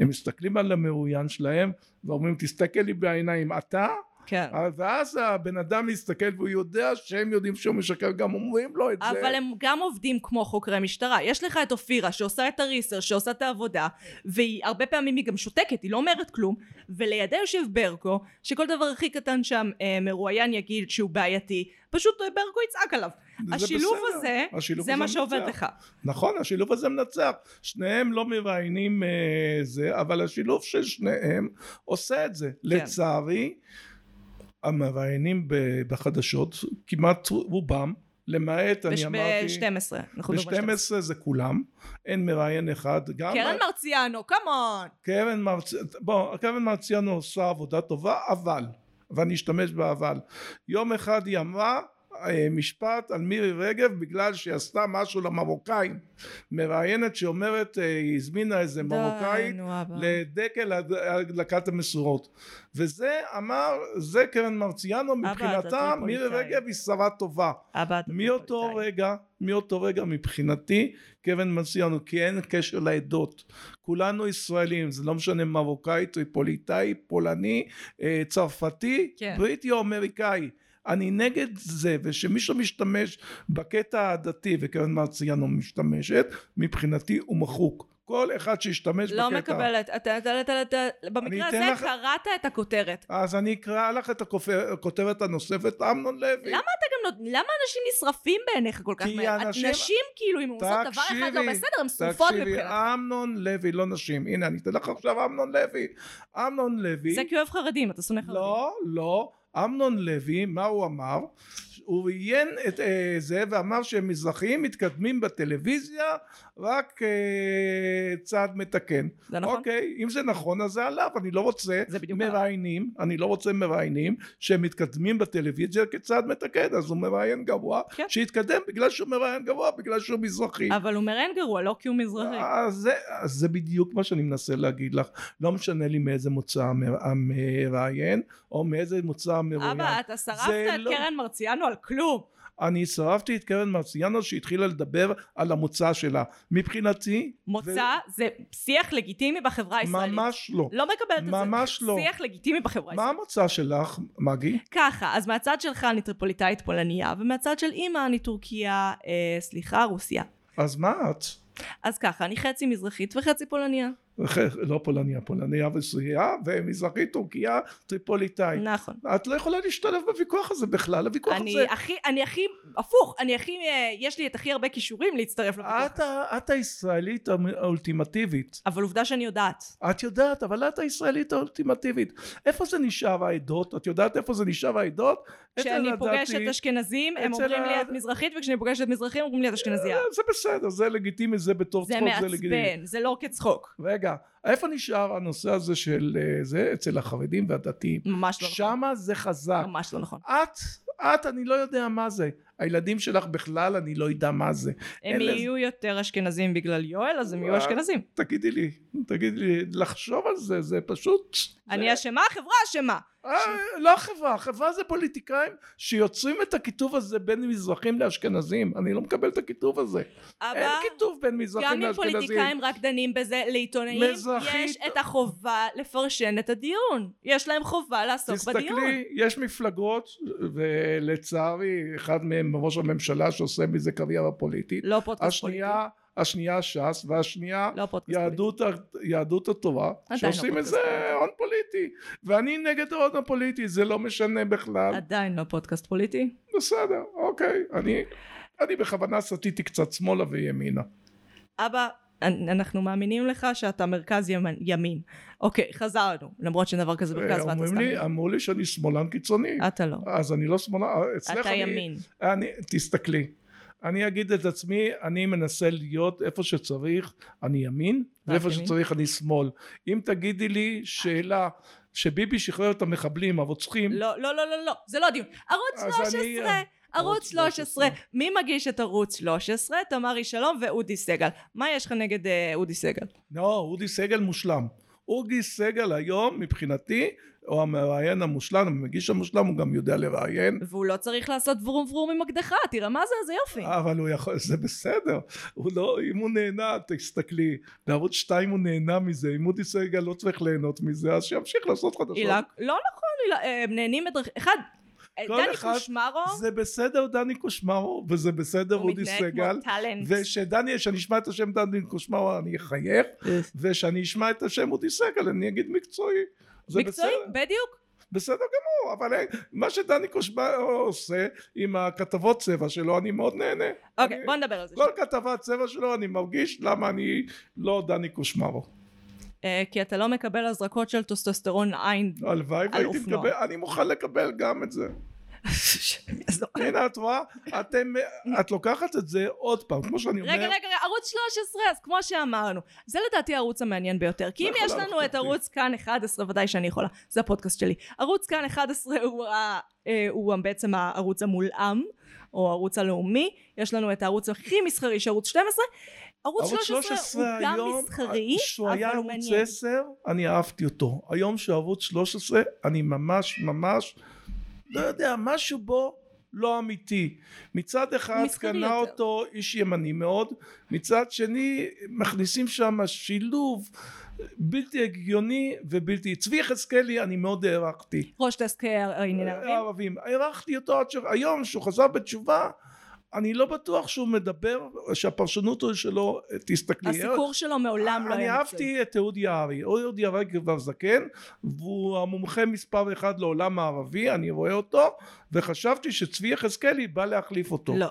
Speaker 1: הם מסתכלים על המרואיין שלהם ואומרים תסתכל לי בעיניים אתה
Speaker 2: כן.
Speaker 1: ואז הבן אדם מסתכל והוא יודע שהם יודעים שהוא משקר גם אומרים לו את זה
Speaker 2: אבל הם גם עובדים כמו חוקרי משטרה. יש לך את אופירה שעושה את הריסר, שעושה את העבודה, והיא הרבה פעמים היא גם שותקת, היא לא אומרת כלום, ולידה יושב ברקו, שכל דבר הכי קטן שם אה, מרואיין יגיד שהוא בעייתי, פשוט אה, ברקו יצעק עליו.
Speaker 1: זה
Speaker 2: השילוב
Speaker 1: בסדר.
Speaker 2: הזה,
Speaker 1: השילוב
Speaker 2: זה
Speaker 1: הזה
Speaker 2: מה שעובד
Speaker 1: מנצח.
Speaker 2: לך.
Speaker 1: נכון השילוב הזה מנצח שניהם לא מראיינים אה, זה אבל השילוב של שניהם עושה את זה
Speaker 2: כן.
Speaker 1: לצערי המראיינים ב- בחדשות כמעט רובם למעט אני אמרתי
Speaker 2: ב-12, אנחנו לא מדברים על 12.
Speaker 1: ב-12 זה כולם אין מראיין אחד גם
Speaker 2: קרן מרציאנו, קאמון!
Speaker 1: קרן מרציאנו, בוא, קרן מרציאנו עושה עבודה טובה, אבל, ואני אשתמש באבל, יום אחד היא אמרה אה, משפט על מירי רגב בגלל שהיא עשתה משהו למרוקאים, מראיינת שאומרת אה, היא הזמינה איזה מרוקאית
Speaker 2: נו, אבא.
Speaker 1: לדקל הד- הדלקת המשורות וזה אמר זה קרן מרציאנו
Speaker 2: אתה
Speaker 1: מבחינתה מירי
Speaker 2: טריפוליטאי.
Speaker 1: רגב היא שרה טובה
Speaker 2: אבא, אתה
Speaker 1: מאותו
Speaker 2: טריפוליטאי.
Speaker 1: רגע, מאותו רגע מבחינתי קרן מרציאנו כי אין קשר לעדות כולנו ישראלים זה לא משנה מרוקאי, טריפוליטאי, פולני, אה, צרפתי,
Speaker 2: כן.
Speaker 1: בריטי או אמריקאי אני נגד זה ושמישהו משתמש בקטע העדתי וקרן מרציאנו משתמשת מבחינתי הוא מחוק כל אחד שישתמש
Speaker 2: לא
Speaker 1: בקטע
Speaker 2: מקבלת, אתה, אתה, אתה, אתה, במקרה
Speaker 1: אתן
Speaker 2: הזה
Speaker 1: לך-
Speaker 2: קראת את הכותרת.
Speaker 1: אז אני אקרא לך את הכופר- הכותרת הנוספת אמנון לוי
Speaker 2: למה אתה גם נות... למה אנשים נשרפים בעיניך כל כך
Speaker 1: כי
Speaker 2: מהר? את-
Speaker 1: אנשים-
Speaker 2: נשים כאילו אם הן עושות דבר אחד לא
Speaker 1: תקשיבי,
Speaker 2: בסדר הן שרופות
Speaker 1: תקשיבי,
Speaker 2: מבחינתך.
Speaker 1: אמנון לוי, לא נשים. הנה, אני אתן לך עכשיו אמנון לוי. אמנון לוי...
Speaker 2: זה כאילו כי אוהב חרדים אתה שונא חרדים.
Speaker 1: לא, לא. אמנון לוי, מה הוא אמר? הוא ראיין את אה, זה ואמר שמזרחים מתקדמים בטלוויזיה רק אה, צעד מתקן.
Speaker 2: זה נכון?
Speaker 1: אוקיי, אם זה נכון אז זה עליו, אני לא רוצה
Speaker 2: זה בדיוק עליו.
Speaker 1: מראיינים, אני לא רוצה מראיינים שמתקדמים בטלוויזיה כצעד מתקן, אז הוא מראיין גבוה,
Speaker 2: כן.
Speaker 1: שיתקדם בגלל שהוא מראיין גבוה, בגלל שהוא מזרחי.
Speaker 2: אבל הוא מרן גרוע לא כי הוא מזרחי.
Speaker 1: אז אה, זה, אז זה בדיוק מה שאני מנסה להגיד לך לא משנה לי מאיזה מוצא המר- המראיין או מאיזה מוצא המרואיין
Speaker 2: אבא אתה שרפת
Speaker 1: זה
Speaker 2: את
Speaker 1: לא-
Speaker 2: קרן מרציאנו על כלום.
Speaker 1: אני שרפתי את קרן מרציאנו שהתחילה לדבר על המוצא שלה מבחינתי
Speaker 2: מוצא זה שיח לגיטימי בחברה הישראלית.
Speaker 1: ממש לא
Speaker 2: לא מקבלת את זה.
Speaker 1: ממש לא.
Speaker 2: שיח לגיטימי בחברה
Speaker 1: מה
Speaker 2: הישראלית.
Speaker 1: המוצא שלך מגי?
Speaker 2: ככה, אז מהצד שלך אני טריפוליטאית פולניה, ומהצד של אימא אני טורקיה, אה, סליחה, רוסיה.
Speaker 1: אז מה את?
Speaker 2: אז ככה, אני חצי מזרחית וחצי פולניה.
Speaker 1: ח- לא פולניה, פולניה וסוריה ומזרחית טורקיה טריפוליטאית
Speaker 2: נכון.
Speaker 1: את לא יכולה להשתלב בוויכוח הזה בכלל הוויכוח
Speaker 2: אני
Speaker 1: הזה
Speaker 2: הכי, אני הכי, הפוך, אני הכי, אה, יש לי את הכי הרבה כישורים להצטרף לוויכוח.
Speaker 1: את, ה- את הישראלית האולטימטיבית
Speaker 2: אבל עובדה שאני יודעת.
Speaker 1: את יודעת, אבל את הישראלית האולטימטיבית. איפה זה נשאר העדות? את יודעת איפה זה נשאר העדות? אצל
Speaker 2: כשאני
Speaker 1: הדתי-
Speaker 2: פוגשת אשכנזים, הם
Speaker 1: אצל
Speaker 2: אומרים לי
Speaker 1: ה-
Speaker 2: את מזרחית, וכשאני פוגשת מזרחים, אומרים לי את אשכנזיה.
Speaker 1: כן, זה בסדר, זה לגיטימי, זה בתור
Speaker 2: זה
Speaker 1: אה, לא, צחוק, זה לגיטימי.
Speaker 2: מעצבן, זה לא כצחוק.
Speaker 1: רגע, איפה נשאר הנושא הזה של אה, זה אצל החרדים והדתיים?
Speaker 2: ממש לא נכון.
Speaker 1: שמה זה חזק.
Speaker 2: ממש לא נכון.
Speaker 1: את, את, אני לא יודע מה זה. הילדים שלך בכלל, אני לא יודע מה זה. אין
Speaker 2: הם
Speaker 1: לזה-
Speaker 2: יהיו יותר אשכנזים בגלל יואל, אז הם יהיו
Speaker 1: אה,
Speaker 2: אשכנזים.
Speaker 1: תגידי לי, תגידי לי, לחשוב על זה, זה פשוט... זה-
Speaker 2: אני אשמה, החברה אשמה.
Speaker 1: אה, לא חברה, חברה זה פוליטיקאים שיוצרים את הקיטוב הזה בין מזרחים לאשכנזים, אני לא מקבל את הקיטוב הזה. אין
Speaker 2: אבא,
Speaker 1: קיטוב בין
Speaker 2: גם
Speaker 1: מזרחים
Speaker 2: אם
Speaker 1: לאשכנזים.
Speaker 2: פוליטיקאים רק דנים בזה, לעיתונאים
Speaker 1: מזרחית-
Speaker 2: יש את החובה לפרשן את הדיון. יש להם חובה לעסוק בדיון.
Speaker 1: תסתכלי, יש מפלגות, ולצערי, אחד מהם ראש הממשלה שעושה מזה קריירה פוליטית,
Speaker 2: לא פודקאסט פוליטי.
Speaker 1: השנייה, השנייה ש"ס, והשנייה
Speaker 2: לא פודקאסט פוליטי.
Speaker 1: יהדות, ה- יהדות התורה,
Speaker 2: לא
Speaker 1: שעושים
Speaker 2: פודקאסט
Speaker 1: איזה
Speaker 2: פוליטי.
Speaker 1: הון פוליטי, ואני נגד ההון הפוליטי, זה לא משנה בכלל,
Speaker 2: עדיין לא פודקאסט פוליטי.
Speaker 1: בסדר, אוקיי, אני אני בכוונה סטיתי קצת שמאלה וימינה.
Speaker 2: אבא, אנ- אנחנו מאמינים לך שאתה מרכז ימין. ימין. אוקיי, חזרנו. למרות שאין דבר כזה מרכז ואתה
Speaker 1: אה, אומרים
Speaker 2: סתם...
Speaker 1: לי, אמרו לי שאני שמאלן קיצוני.
Speaker 2: אתה לא.
Speaker 1: אז אני לא שמאלן, אצלך
Speaker 2: אתה
Speaker 1: אני...
Speaker 2: ימין.
Speaker 1: אני, תסתכלי, אני אגיד את עצמי, אני מנסה להיות איפה שצריך, אני ימין,
Speaker 2: ואת
Speaker 1: ואיפה
Speaker 2: ימין?
Speaker 1: שצריך אני שמאל. אם תגידי לי שאלה, שביבי שחרר את המחבלים הרוצחים,
Speaker 2: לא, לא, לא, לא, לא. זה לא הדיון.
Speaker 1: אז אני- אה,
Speaker 2: ערוץ 13! ערוץ 13. מי מגיש את ערוץ 13? תמרי שלום ואודי סגל. מה יש לך נגד אה, אודי סגל?
Speaker 1: לא, אודי סגל מושלם. אודי סגל היום, מבחינתי, הוא המראיין המושלם, המגיש המושלם, הוא גם יודע לראיין.
Speaker 2: והוא לא צריך לעשות ורום ורום עם הקדחה, תראה מה זה, זה יופי.
Speaker 1: אבל הוא יכול, זה בסדר, הוא לא, אם הוא נהנה, תסתכלי, בערוץ 2 הוא נהנה מזה, אם אודי סגל לא צריך ליהנות מזה, אז שימשיך לעשות חדשות.
Speaker 2: הילה, לא נכון, הילה, אה, הם נהנים מדרכים, אחד, אה,
Speaker 1: כל
Speaker 2: דני
Speaker 1: אחד-
Speaker 2: קושמרו,
Speaker 1: זה בסדר דני קושמרו, וזה בסדר
Speaker 2: הוא
Speaker 1: אודי
Speaker 2: מתנהג
Speaker 1: סגל,
Speaker 2: כמו טאלנט.
Speaker 1: ושדני, כשאני אשמע את השם דני קושמרו אני אחייך, וכשאני אשמע את השם אודי סגל אני אגיד מקצועי. זה
Speaker 2: מקצועי,
Speaker 1: בסדר,
Speaker 2: בדיוק.
Speaker 1: בסדר גמור, אבל אה, מה שדני קושמרו עושה עם הכתבות צבע שלו, אני מאוד נהנה.
Speaker 2: אוקיי,
Speaker 1: אני-
Speaker 2: בוא נדבר על זה.
Speaker 1: כל כתבת צבע שלו אני מרגיש למה אני לא דני קושמרו.
Speaker 2: אה, כי אתה לא מקבל הזרקות של טוסטוסטרון עין.
Speaker 1: הלוואי
Speaker 2: על
Speaker 1: והייתי
Speaker 2: אופנוע.
Speaker 1: מקבל, אני מוכן לקבל גם את
Speaker 2: <laughs>
Speaker 1: זה.
Speaker 2: אז לא.
Speaker 1: הנה את רואה, אתם, את לוקחת את זה עוד פעם, כמו שאני אומר.
Speaker 2: רגע, רגע, רגע, ערוץ 13, אז כמו שאמרנו, זה לדעתי הערוץ המעניין ביותר, כי
Speaker 1: לא
Speaker 2: אם
Speaker 1: יכולה
Speaker 2: יש לנו
Speaker 1: לחתוך
Speaker 2: את
Speaker 1: אותי.
Speaker 2: ערוץ כאן 11, ודאי שאני יכולה, זה הפודקאסט שלי. ערוץ כאן 11 הוא ה- אה, הוא בעצם הערוץ המולאם, או הערוץ הלאומי, יש לנו את הערוץ הכי מסחרי שערוץ 12, ערוץ 13 הוא גם מסחרי,
Speaker 1: אה, כשהוא היה
Speaker 2: אבל הוא
Speaker 1: ערוץ
Speaker 2: מעניין.
Speaker 1: 10, אני אהבתי אותו. היום שערוץ 13, אני ממש ממש, לא יודע, משהו בו לא אמיתי. מצד אחד
Speaker 2: מסחרי
Speaker 1: קנה
Speaker 2: יותר.
Speaker 1: אותו איש ימני מאוד, מצד שני מכניסים שם שילוב בלתי הגיוני ובלתי... צבי יחזקאלי, אני מאוד הערכתי.
Speaker 2: ראש דסק העניינים הערבים.
Speaker 1: הערבים. הערכתי אותו עד שהיום שהוא חזר בתשובה אני לא בטוח שהוא מדבר שהפרשנות שלו אה, תסתכלי
Speaker 2: הסיקור שלו מעולם לא
Speaker 1: אה, אני
Speaker 2: היה מקצועי.
Speaker 1: אהבתי את אהוד יערי אהוד יערי כבר זקן והוא המומחה מספר אחד לעולם הערבי אני רואה אותו וחשבתי שצבי יחזקאלי בא להחליף אותו
Speaker 2: לא.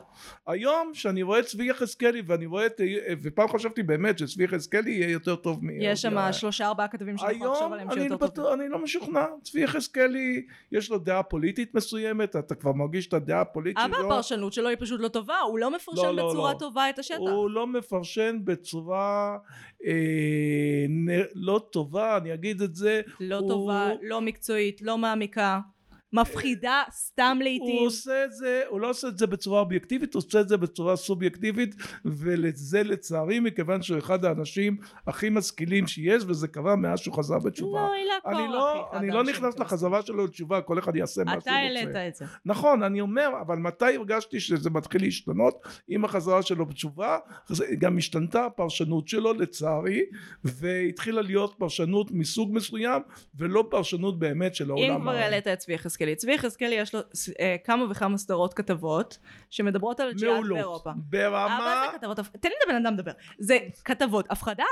Speaker 1: היום שאני רואה את צבי יחזקאלי ואני רואה את אה, ופעם חשבתי באמת שצבי יחזקאלי יהיה יותר טוב מאהוד
Speaker 2: יש שם
Speaker 1: יערי.
Speaker 2: שלושה ארבעה כתבים שאני יכולה לחשוב
Speaker 1: היום
Speaker 2: עליהם
Speaker 1: אני,
Speaker 2: שיותר טובים.
Speaker 1: בטוח, אני לא משוכנע, צבי יחזקאלי יש לו דעה פוליטית מסוימת, אתה כבר מרגיש את הדעה הפוליטית לא-
Speaker 2: אבא
Speaker 1: שלו,
Speaker 2: הפרשנות שלו היא פשוט לא טובה, הוא לא מפרשן
Speaker 1: לא, לא,
Speaker 2: בצורה
Speaker 1: לא.
Speaker 2: טובה את השטח.
Speaker 1: הוא לא מפרשן בצורה אה, נ, לא טובה, אני אגיד את זה,
Speaker 2: לא
Speaker 1: הוא-
Speaker 2: טובה, לא מקצועית, לא מעמיקה, מפחידה סתם
Speaker 1: הוא
Speaker 2: לעיתים.
Speaker 1: עושה את זה, הוא לא עושה את זה בצורה אובייקטיבית, הוא עושה את זה בצורה סובייקטיבית, ולזה לצערי מכיוון שהוא אחד האנשים הכי משכילים שיש, וזה קרה מאז שהוא חזר בתשובה.
Speaker 2: לא, היא לא
Speaker 1: אני לא, אני לא נכנס לחזרה שלו לתשובה, כל אחד יעשה מה שהוא
Speaker 2: אתה
Speaker 1: רוצה.
Speaker 2: העלית את זה.
Speaker 1: נכון אני אומר אבל מתי הרגשתי שזה מתחיל להשתנות עם החזרה שלו בתשובה זה- גם השתנתה הפרשנות שלו לצערי והתחילה להיות פרשנות מסוג מסוים ולא פרשנות באמת של העולם
Speaker 2: אם כבר
Speaker 1: הערבי.
Speaker 2: העלית את צבי יחזקאלי, צבי יחזקאלי יש לו אה, כמה וכמה סדרות כתבות שמדברות על ג'יהאד
Speaker 1: מעולות
Speaker 2: באירופה. אבל
Speaker 1: ברמה
Speaker 2: זה כתבות, הפ- תן לי לבן אדם לדבר, זה כתבות הפחדה,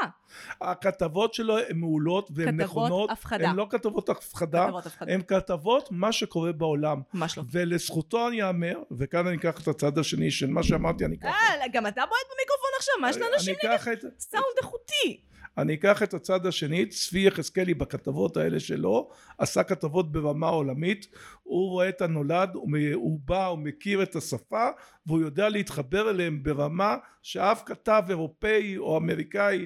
Speaker 1: הכתבות שלו הן מעולות והן
Speaker 2: כתבות
Speaker 1: נכונות
Speaker 2: הפחדה.
Speaker 1: הן לא כתבות הפחדה
Speaker 2: כתבות הפחדה,
Speaker 1: הן כתבות מה שקורה בעולם
Speaker 2: ממש לא.
Speaker 1: ולזכותו אני אאמר וכאן אני אקח את הצד השני של מה שאמרתי אני אקח
Speaker 2: אה, גם אתה בועט במיקרופון עכשיו, מה יש לאנשים?
Speaker 1: אני אקח את
Speaker 2: סאונד איכותי.
Speaker 1: אני אקח את הצד השני, צבי יחזקאלי בכתבות האלה שלו, עשה כתבות ברמה עולמית, הוא רואה את הנולד, הוא, מ- הוא בא, הוא מכיר את השפה, והוא יודע להתחבר אליהם ברמה שאף כתב אירופאי או אמריקאי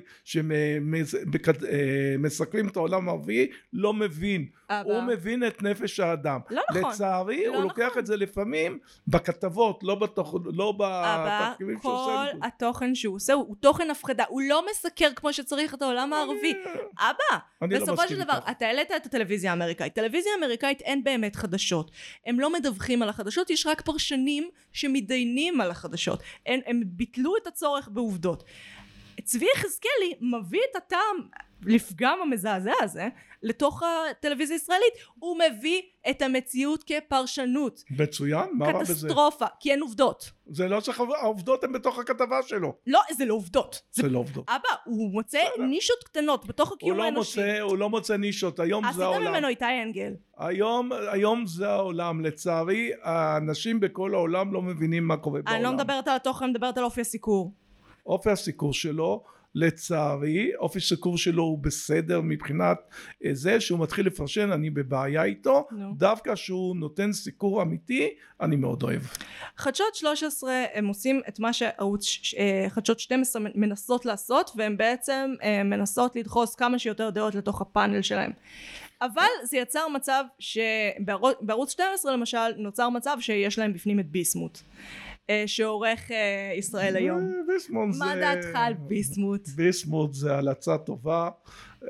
Speaker 1: שמסקרים את העולם הערבי לא מבין.
Speaker 2: אבא.
Speaker 1: הוא מבין את נפש האדם.
Speaker 2: לא נכון.
Speaker 1: לצערי,
Speaker 2: לא
Speaker 1: הוא לוקח
Speaker 2: נכון.
Speaker 1: את זה לפעמים בכתבות, לא, בתוכ... לא
Speaker 2: אבא,
Speaker 1: בתחקירים שהוא עושה.
Speaker 2: כל התוכן שהוא עושה הוא הוא תוכן הפחדה, הוא לא מסקר כמו שצריך את העולם הערבי. אבא,
Speaker 1: אני לא
Speaker 2: בסופו
Speaker 1: מסכים
Speaker 2: של דבר,
Speaker 1: איתך.
Speaker 2: אתה העלית את הטלוויזיה האמריקאית. טלוויזיה האמריקאית אין באמת חדשות. הם לא מדווחים על החדשות, יש רק פרשנים שמתדיינים על החדשות. הם, הם ביטלו את הצורך בעובדות. צבי יחזקאלי מביא את הטעם לפגם המזעזע הזה לתוך הטלוויזיה הישראלית הוא מביא את המציאות כפרשנות
Speaker 1: מצוין, מה רע בזה?
Speaker 2: קטסטרופה כי אין עובדות
Speaker 1: זה לא צריך, העובדות הן בתוך הכתבה שלו.
Speaker 2: לא זה לא עובדות זה
Speaker 1: זה לא עובדות.
Speaker 2: אבא הוא מוצא נישות קטנות בתוך
Speaker 1: הוא
Speaker 2: הקיום
Speaker 1: לא
Speaker 2: האנושי אה,
Speaker 1: מוצא, הוא לא מוצא נישות, היום זה
Speaker 2: עשית
Speaker 1: העולם.
Speaker 2: ממנו איתי אנגל
Speaker 1: היום, היום זה העולם, לצערי, האנשים בכל העולם לא מבינים מה קורה בעולם.
Speaker 2: אני לא מדברת על התוכן אני מדברת על אופי הסיקור
Speaker 1: אופי הסיקור שלו לצערי אופי הסיקור שלו הוא בסדר מבחינת אה, זה שהוא מתחיל לפרשן אני בבעיה איתו
Speaker 2: נו.
Speaker 1: דווקא שהוא נותן סיקור אמיתי אני מאוד אוהב
Speaker 2: חדשות 13 הם עושים את מה שערוץ ש- אה, חדשות 12 מ- מנסות לעשות והן בעצם אה, מנסות לדחוס כמה שיותר דעות לתוך הפאנל שלהם אבל זה יצר מצב שבערוץ 12 למשל נוצר מצב שיש להם בפנים את ביסמוט אה, שעורך אה, ישראל היום
Speaker 1: אה, ביסמוט זה...
Speaker 2: מה דעתך על ביסמוט?
Speaker 1: ביסמוט זה הלצה טובה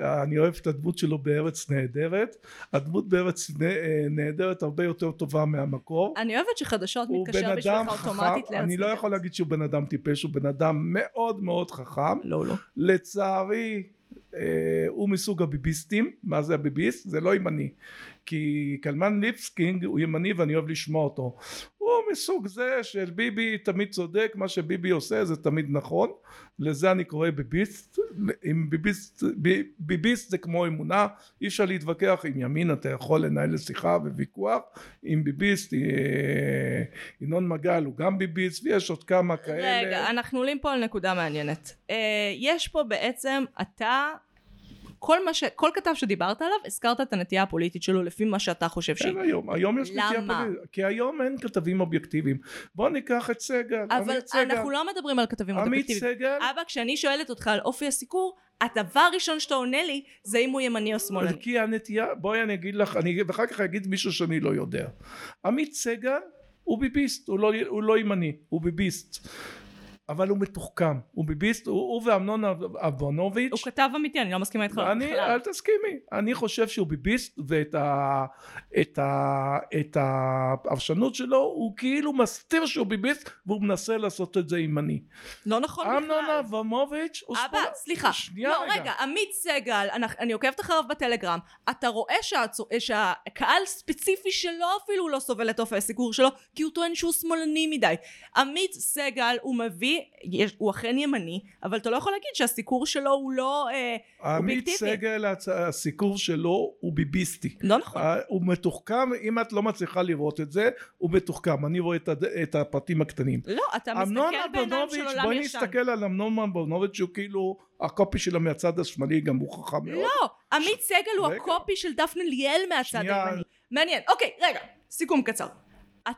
Speaker 1: אה, אני אוהב את הדמות שלו בארץ נהדרת הדמות בארץ נ- אה, נהדרת הרבה יותר טובה מהמקור
Speaker 2: אני אוהבת שחדשות
Speaker 1: הוא בן
Speaker 2: מתקשר
Speaker 1: אדם
Speaker 2: בשבילך אוטומטית
Speaker 1: חכם אני לא
Speaker 2: להצדקה.
Speaker 1: יכול להגיד שהוא בן אדם טיפש הוא בן אדם מאוד מאוד חכם
Speaker 2: לא לא
Speaker 1: לצערי אה, הוא מסוג הביביסטים מה זה הביביסט? זה לא ימני כי קלמן ליבסקינג הוא ימני ואני אוהב לשמוע אותו הוא מסוג זה של ביבי תמיד צודק מה שביבי עושה זה תמיד נכון לזה אני קורא ביביסט עם ביביסט, ב- ביביסט זה כמו אמונה אי אפשר להתווכח עם ימין אתה יכול לנהל שיחה וויכוח עם ביביסט אה, ינון מגל הוא גם ביביסט ויש עוד כמה כאלה
Speaker 2: רגע, אנחנו עולים פה על נקודה מעניינת. אה, יש פה בעצם, אתה, כל, מה ש, כל כתב שדיברת עליו, הזכרת את הנטייה הפוליטית שלו לפי מה שאתה חושב שהיא.
Speaker 1: אין היום, היום יש נטייה
Speaker 2: כן. למה?
Speaker 1: פוליטית, כי היום אין כתבים אובייקטיביים. בוא ניקח את סגל,
Speaker 2: אבל
Speaker 1: עמית סגל,
Speaker 2: אנחנו לא מדברים על כתבים
Speaker 1: עמית
Speaker 2: אובייקטיביים.
Speaker 1: סגל,
Speaker 2: אבא, כשאני שואלת אותך על אופי הסיקור, הדבר הראשון שאתה עונה לי זה אם הוא ימני או שמאלני.
Speaker 1: כי הנטייה, בואי אני אגיד לך, אני ואחר כך אגיד מישהו שאני לא יודע. עמית סגל הוא ביביסט, הוא לא, הוא לא ימני, הוא ביביסט. אבל הוא מתוחכם, הוא ביביסט, הוא, הוא ואמנון אברונוביץ',
Speaker 2: הוא כתב אמיתי, אני לא מסכימה איתך
Speaker 1: אני, אל
Speaker 2: בכלל.
Speaker 1: תסכימי, אני חושב שהוא ביביסט ואת ה, את ה, את הפרשנות שלו הוא כאילו מסתיר שהוא ביביסט והוא מנסה לעשות את זה ימני.
Speaker 2: לא נכון
Speaker 1: אמנון
Speaker 2: בכלל.
Speaker 1: אברמוביץ' הוא
Speaker 2: אבא,
Speaker 1: שמאל-
Speaker 2: סליחה.
Speaker 1: שנייה
Speaker 2: לא, רגע, עמית סגל, אנחנו- אני עוקבת אחריו בטלגרם, אתה רואה שהצו- שהקהל ספציפי שלו אפילו לא סובל את אופי הסיקור שלו, כי הוא טוען שהוא שמאלני מדי. עמית סגל, הוא מביא, יש- הוא אכן ימני, אבל אתה לא יכול להגיד שהסיקור שלו הוא לא... אה,
Speaker 1: עמית
Speaker 2: אובייקטיבי.
Speaker 1: סגל הצ- הסיקור שלו הוא ביביסטי.
Speaker 2: לא נכון.
Speaker 1: אה, הוא מתוחכם, אם את לא מצליחה לראות את זה, הוא מתוחכם. אני רואה את הד- את הפרטים הקטנים.
Speaker 2: לא, אתה
Speaker 1: אמנון
Speaker 2: מסתכל בעיניים של
Speaker 1: אברונוביץ',
Speaker 2: עולם
Speaker 1: בואי
Speaker 2: ישן.
Speaker 1: נסתכל על אמנון אברונוביץ' שהוא כאילו הקופי שלו מהצד השמאלי, גם הוא חכם מאוד.
Speaker 2: לא, עמית סגל הוא
Speaker 1: רגע.
Speaker 2: הקופי של דפנה ליאל מהצד
Speaker 1: שנייה.
Speaker 2: הימני. מעניין. אוקיי, רגע, סיכום קצר.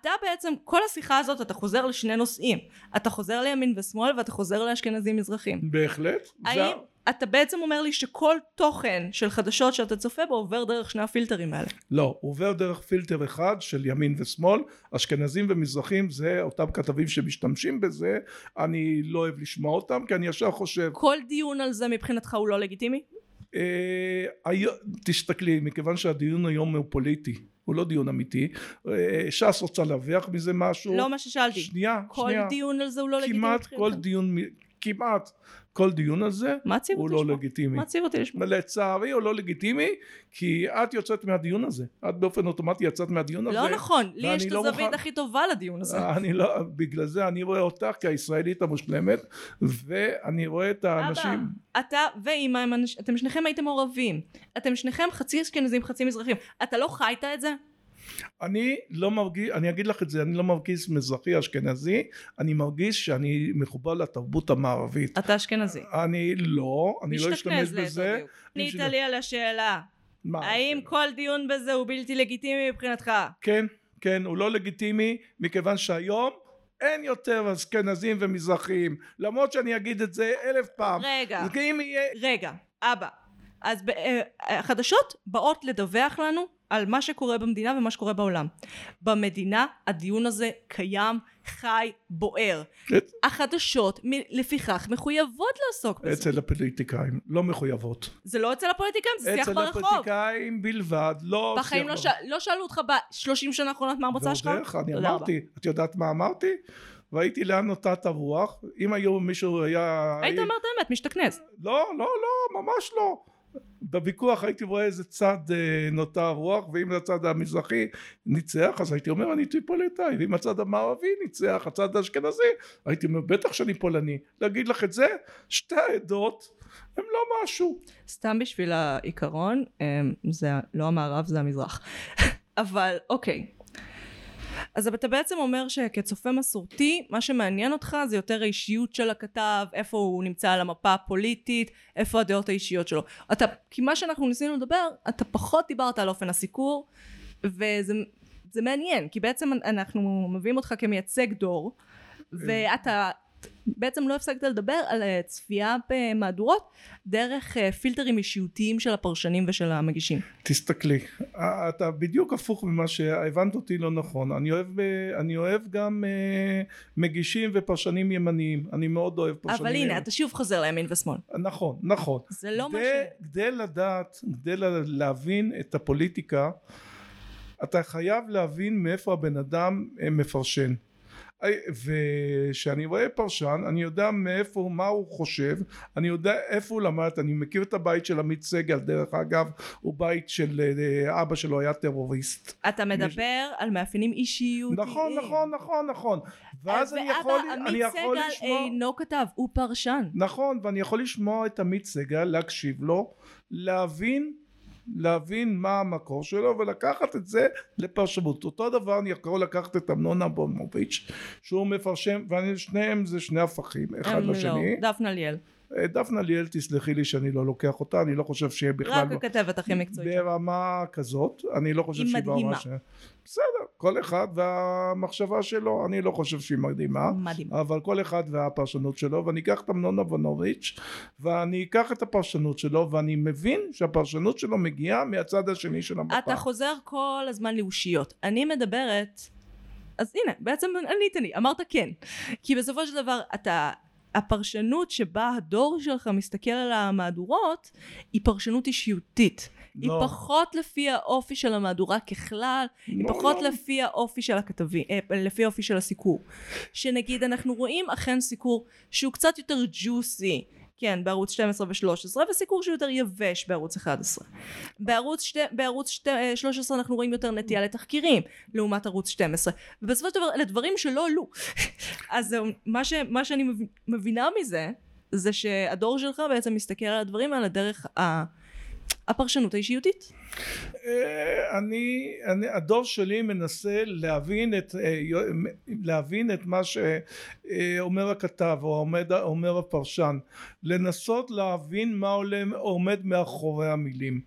Speaker 2: אתה בעצם, כל השיחה הזאת, אתה חוזר לשני נושאים. אתה חוזר לימין ושמאל ואתה חוזר לאשכנזים מזרחים.
Speaker 1: בהחלט. זה-
Speaker 2: האם אתה בעצם אומר לי שכל תוכן של חדשות שאתה צופה בו עובר דרך שני הפילטרים האלה?
Speaker 1: לא, הוא עובר דרך פילטר אחד של ימין ושמאל, אשכנזים ומזרחים זה אותם כתבים שמשתמשים בזה, אני לא אוהב לשמוע אותם כי אני ישר חושב,
Speaker 2: כל דיון על זה מבחינתך הוא לא לגיטימי?
Speaker 1: אה, היו- תסתכלי, מכיוון שהדיון היום הוא פוליטי, הוא לא דיון אמיתי, אה, ש"ס רוצה להרוויח מזה משהו,
Speaker 2: לא מה ששאלתי.
Speaker 1: שנייה,
Speaker 2: כל
Speaker 1: שנייה,
Speaker 2: דיון על זה הוא לא לגיטימי
Speaker 1: כמעט כל
Speaker 2: מבחינתך?
Speaker 1: דיון, מ- כמעט כל דיון הזה
Speaker 2: מה הציב
Speaker 1: הוא
Speaker 2: אותי
Speaker 1: לא
Speaker 2: לשמוע?
Speaker 1: לגיטימי.
Speaker 2: מה הציב אותי לשמוע?
Speaker 1: לצערי הוא לא לגיטימי כי את יוצאת מהדיון הזה, את באופן אוטומטי יצאת מהדיון הזה.
Speaker 2: לא נכון, לי יש
Speaker 1: ואני
Speaker 2: את
Speaker 1: לא
Speaker 2: הזווית
Speaker 1: מוכן-
Speaker 2: הכי טובה לדיון הזה.
Speaker 1: אני לא, בגלל זה אני רואה אותך כישראלית המושלמת ואני רואה את האנשים
Speaker 2: אבא, אתה ואימא, הם אנש- אתם שניכם הייתם מעורבים. אתם שניכם חצי אשכנזים, חצי מזרחים. אתה לא חיית את זה?
Speaker 1: אני לא מרגיש, אני אגיד לך את זה, אני לא מרגיש מזרחי אשכנזי אני מרגיש שאני מחובר לתרבות המערבית
Speaker 2: אתה אשכנזי.
Speaker 1: אני לא, אני לא אשתמש
Speaker 2: משתכנז ליתר
Speaker 1: בזה אה,
Speaker 2: דיוק. ענית לי על השאלה,
Speaker 1: מה?
Speaker 2: האם כל דיון בזה הוא בלתי לגיטימי מבחינתך?
Speaker 1: כן, כן, הוא לא לגיטימי מכיוון שהיום אין יותר אשכנזים ומזרחים למרות שאני אגיד את זה אלף פעם
Speaker 2: רגע,
Speaker 1: אז כן. אם יהיה
Speaker 2: רגע, אבא. אז ב- אה, החדשות באות לדווח לנו על מה שקורה במדינה ומה שקורה בעולם. במדינה הדיון הזה קיים, חי, בוער.
Speaker 1: את-
Speaker 2: החדשות מ- לפיכך מחויבות לעסוק בזה.
Speaker 1: אצל הפוליטיקאים לא מחויבות
Speaker 2: זה לא אצל הפוליטיקאים, זה שיח
Speaker 1: אצל
Speaker 2: ברחוב.
Speaker 1: הפוליטיקאים בלבד, לא...
Speaker 2: בחיים
Speaker 1: שיח
Speaker 2: לא,
Speaker 1: ברחוב.
Speaker 2: ש... לא שאלו אותך ב-30 שנה האחרונות מה המוצא שלך?
Speaker 1: ועוד איך, אני
Speaker 2: תודה רבה.
Speaker 1: אמרתי, את יודעת מה אמרתי? ראיתי לאן נוטעת הרוח, אם היום מישהו היה...
Speaker 2: היית אומר את האמת, משתכנז.
Speaker 1: לא, לא, לא, ממש לא. בוויכוח הייתי רואה איזה צד אה, נותר רוח ואם הצד המזרחי ניצח אז הייתי אומר אני טריפוליטאי ואם הצד המערבי ניצח הצד האשכנזי הייתי אומר בטח שאני פולני להגיד לך את זה שתי העדות הם לא משהו
Speaker 2: סתם בשביל העיקרון, אמ, זה לא המערב, זה המזרח. <laughs> אבל אוקיי. אז אתה בעצם אומר שכצופה מסורתי, מה שמעניין אותך זה יותר האישיות של הכתב, איפה הוא נמצא על המפה הפוליטית, איפה הדעות האישיות שלו. אתה, כי מה שאנחנו ניסינו לדבר, אתה פחות דיברת על אופן הסיקור, וזה זה מעניין, כי בעצם אנחנו מביאים אותך כמייצג דור, ואתה בעצם לא הפסקת לדבר על אה, צפייה במהדורות דרך אה, פילטרים אישיותיים של הפרשנים ושל המגישים.
Speaker 1: תסתכלי, אתה בדיוק הפוך ממה שהבנת אותי לא נכון. אני אוהב, אני אוהב גם אה, מגישים ופרשנים ימניים. אני מאוד אוהב פרשנים
Speaker 2: אבל הנה,
Speaker 1: ימניים.
Speaker 2: אתה שוב חוזר לימין ושמאל.
Speaker 1: נכון, נכון.
Speaker 2: זה לא מה ש...
Speaker 1: כדי- כדי לדעת, כדי לה- להבין את הפוליטיקה, אתה חייב להבין מאיפה הבן אדם אה, מפרשן. אי- וכשאני רואה פרשן אני יודע מאיפה הוא- מה הוא חושב אני יודע איפה הוא למד אני מכיר את הבית של עמית סגל דרך אגב הוא בית של אה, אה, אבא שלו היה טרוריסט
Speaker 2: אתה מדבר על מאפיינים אישיותיים.
Speaker 1: נכון נכון נכון נכון ואז אני יכול אני יכול
Speaker 2: ואבא אה, עמית סגל אה,
Speaker 1: לשמוע
Speaker 2: אינו כתב, הוא פרשן.
Speaker 1: נכון, ואני יכול לשמוע את עמית סגל, להקשיב לו, להבין, להבין מה המקור שלו ולקחת את זה לפרשנות. אותו דבר אני יכול לקחת את אמנון אברמוביץ' שהוא מפרשם, ושניהם זה שני הפכים אחד
Speaker 2: הם
Speaker 1: לשני.
Speaker 2: לא, דפנה ליאל.
Speaker 1: אה, דפנה ליאל תסלחי לי שאני לא לוקח אותה, אני לא חושב שיהיה בכלל...
Speaker 2: רק הכתבת הכי מקצועית.
Speaker 1: ברמה כזאת, אני לא חושב
Speaker 2: היא
Speaker 1: שהיא
Speaker 2: מדהימה.
Speaker 1: ברמה ש... בסדר, כל אחד והמחשבה שלו, אני לא חושב שהיא מדהימה.
Speaker 2: מדהים.
Speaker 1: אבל כל אחד והפרשנות שלו ואני אקח את אמנון אברמוביץ' ואני אקח את הפרשנות שלו ואני מבין שהפרשנות שלו מגיעה מהצד השני של המפה.
Speaker 2: אתה חוזר כל הזמן לאושיות. אני מדברת, אז הנה, בעצם ענית לי, אמרת כן. כי בסופו של דבר, אתה, הפרשנות שבה הדור שלך מסתכל על המהדורות, היא פרשנות אישיותית. היא
Speaker 1: לא,
Speaker 2: פחות לפי האופי של המהדורה ככלל, היא
Speaker 1: לא,
Speaker 2: פחות
Speaker 1: לא.
Speaker 2: לפי האופי של הכתבים, אה, לפי האופי של הסיקור. שנגיד אנחנו רואים אכן סיקור שהוא קצת יותר ג'וסי, כן, בערוץ 12 ו-13, וסיקור שהוא יותר יבש בערוץ 11. בערוץ, שתי, בערוץ שתי, אה, 13 אנחנו רואים יותר נטייה לתחקירים, לעומת ערוץ 12. ובסופו של דבר אלה דברים שלא עלו. <laughs> אז אה, מה, ש, מה שאני מב- מבינה מזה, זה שהדור שלך בעצם מסתכל על הדברים האלה דרך ה... הפרשנות האישיותית.
Speaker 1: אה, אני, אני, הדור שלי מנסה להבין את, אה, יו- להבין את מה שאומר הכתב או עומד, אומר הפרשן, לנסות להבין מה עולה, עומד מאחורי המילים,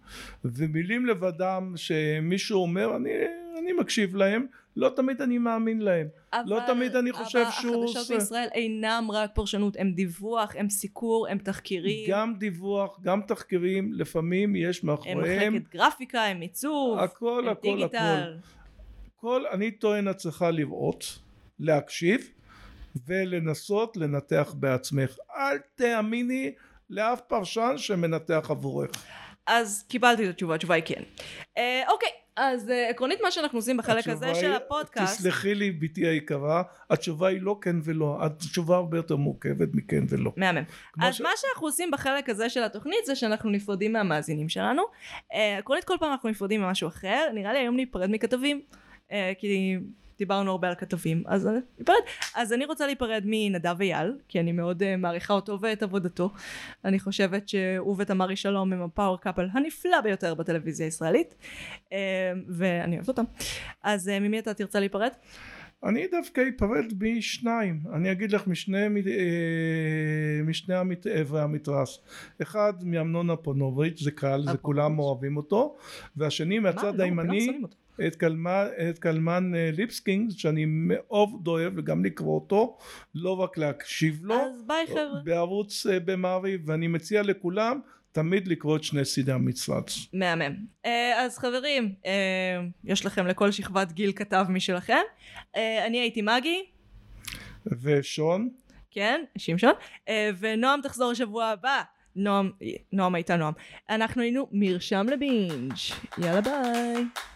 Speaker 1: ומילים לבדם שמישהו אומר, אני, אני מקשיב להם, לא תמיד אני מאמין להם. לא
Speaker 2: אבל-
Speaker 1: תמיד אני חושב
Speaker 2: אבל
Speaker 1: שהוא
Speaker 2: החדשות
Speaker 1: עושה.
Speaker 2: בישראל אינם רק פרשנות, הם דיווח, הם סיקור, הם תחקירים,
Speaker 1: גם דיווח, גם תחקירים, לפעמים יש
Speaker 2: הם
Speaker 1: מאחוריהם,
Speaker 2: מחלקת גרפיקה, הם עיצוב,
Speaker 1: הכל הכל
Speaker 2: הם
Speaker 1: הכל.
Speaker 2: דיגיטל.
Speaker 1: כל אני טוען את צריכה לראות, להקשיב ולנסות לנתח בעצמך. אל תאמיני לאף פרשן שמנתח עבורך.
Speaker 2: אז קיבלתי את התשובה, התשובה היא כן. אה, אוקיי, אז אה, עקרונית מה שאנחנו עושים בחלק הזה
Speaker 1: התשובה
Speaker 2: של
Speaker 1: היא-
Speaker 2: הפודקאסט,
Speaker 1: תסלחי לי בתי היקרה, התשובה היא לא כן ולא, התשובה הרבה יותר מורכבת מכן ולא.
Speaker 2: מהמם.
Speaker 1: כמו
Speaker 2: אז
Speaker 1: ש-
Speaker 2: מה שאנחנו עושים בחלק הזה של התוכנית זה שאנחנו נפרדים מהמאזינים שלנו. אה, עקרונית כל פעם אנחנו נפרדים ממשהו אחר, נראה לי היום ניפרד מכתבים, אה, כי דיברנו הרבה על כתבים, אז אה, ניפרד. אז אני רוצה להיפרד מנדב אייל, כי אני מאוד אה, מעריכה אותו ואת עבודתו. אני חושבת שהוא ותמרי שלום הם הפאוור קאפל הנפלא ביותר בטלוויזיה הישראלית, אה, ואני אוהבת אותם. אז אה, ממי אתה תרצה להיפרד?
Speaker 1: אני דווקא אפרד משניים, אני אגיד לך משני, מ- אה, משני המת- עברי המתרס, אחד מאמנון אפונוביץ', זה קל, זה
Speaker 2: אפונוביץ'.
Speaker 1: כולם אוהבים אותו, והשני
Speaker 2: מה?
Speaker 1: מהצד
Speaker 2: לא, כולם
Speaker 1: הימני,
Speaker 2: שונאים אותו.
Speaker 1: את קלמן, את קלמן אה, ליבסקינג, שאני מאוד אוהב וגם לקרוא אותו, לא רק להקשיב לו,
Speaker 2: אז ביי חבר'ה.
Speaker 1: בערוץ אה, במעריב, ואני מציע לכולם תמיד לקרוא את שני סידי המצרץ.
Speaker 2: מהמם. אה, אז חברים, אה, יש לכם לכל שכבת גיל כתב משלכם. אה, אני הייתי מגי,
Speaker 1: ושון,
Speaker 2: כן, שמשון, אה, ונועם תחזור שבוע הבא. נועם, נועם הייתה נועם. אנחנו היינו מרשם לבינג'. יאללה ביי.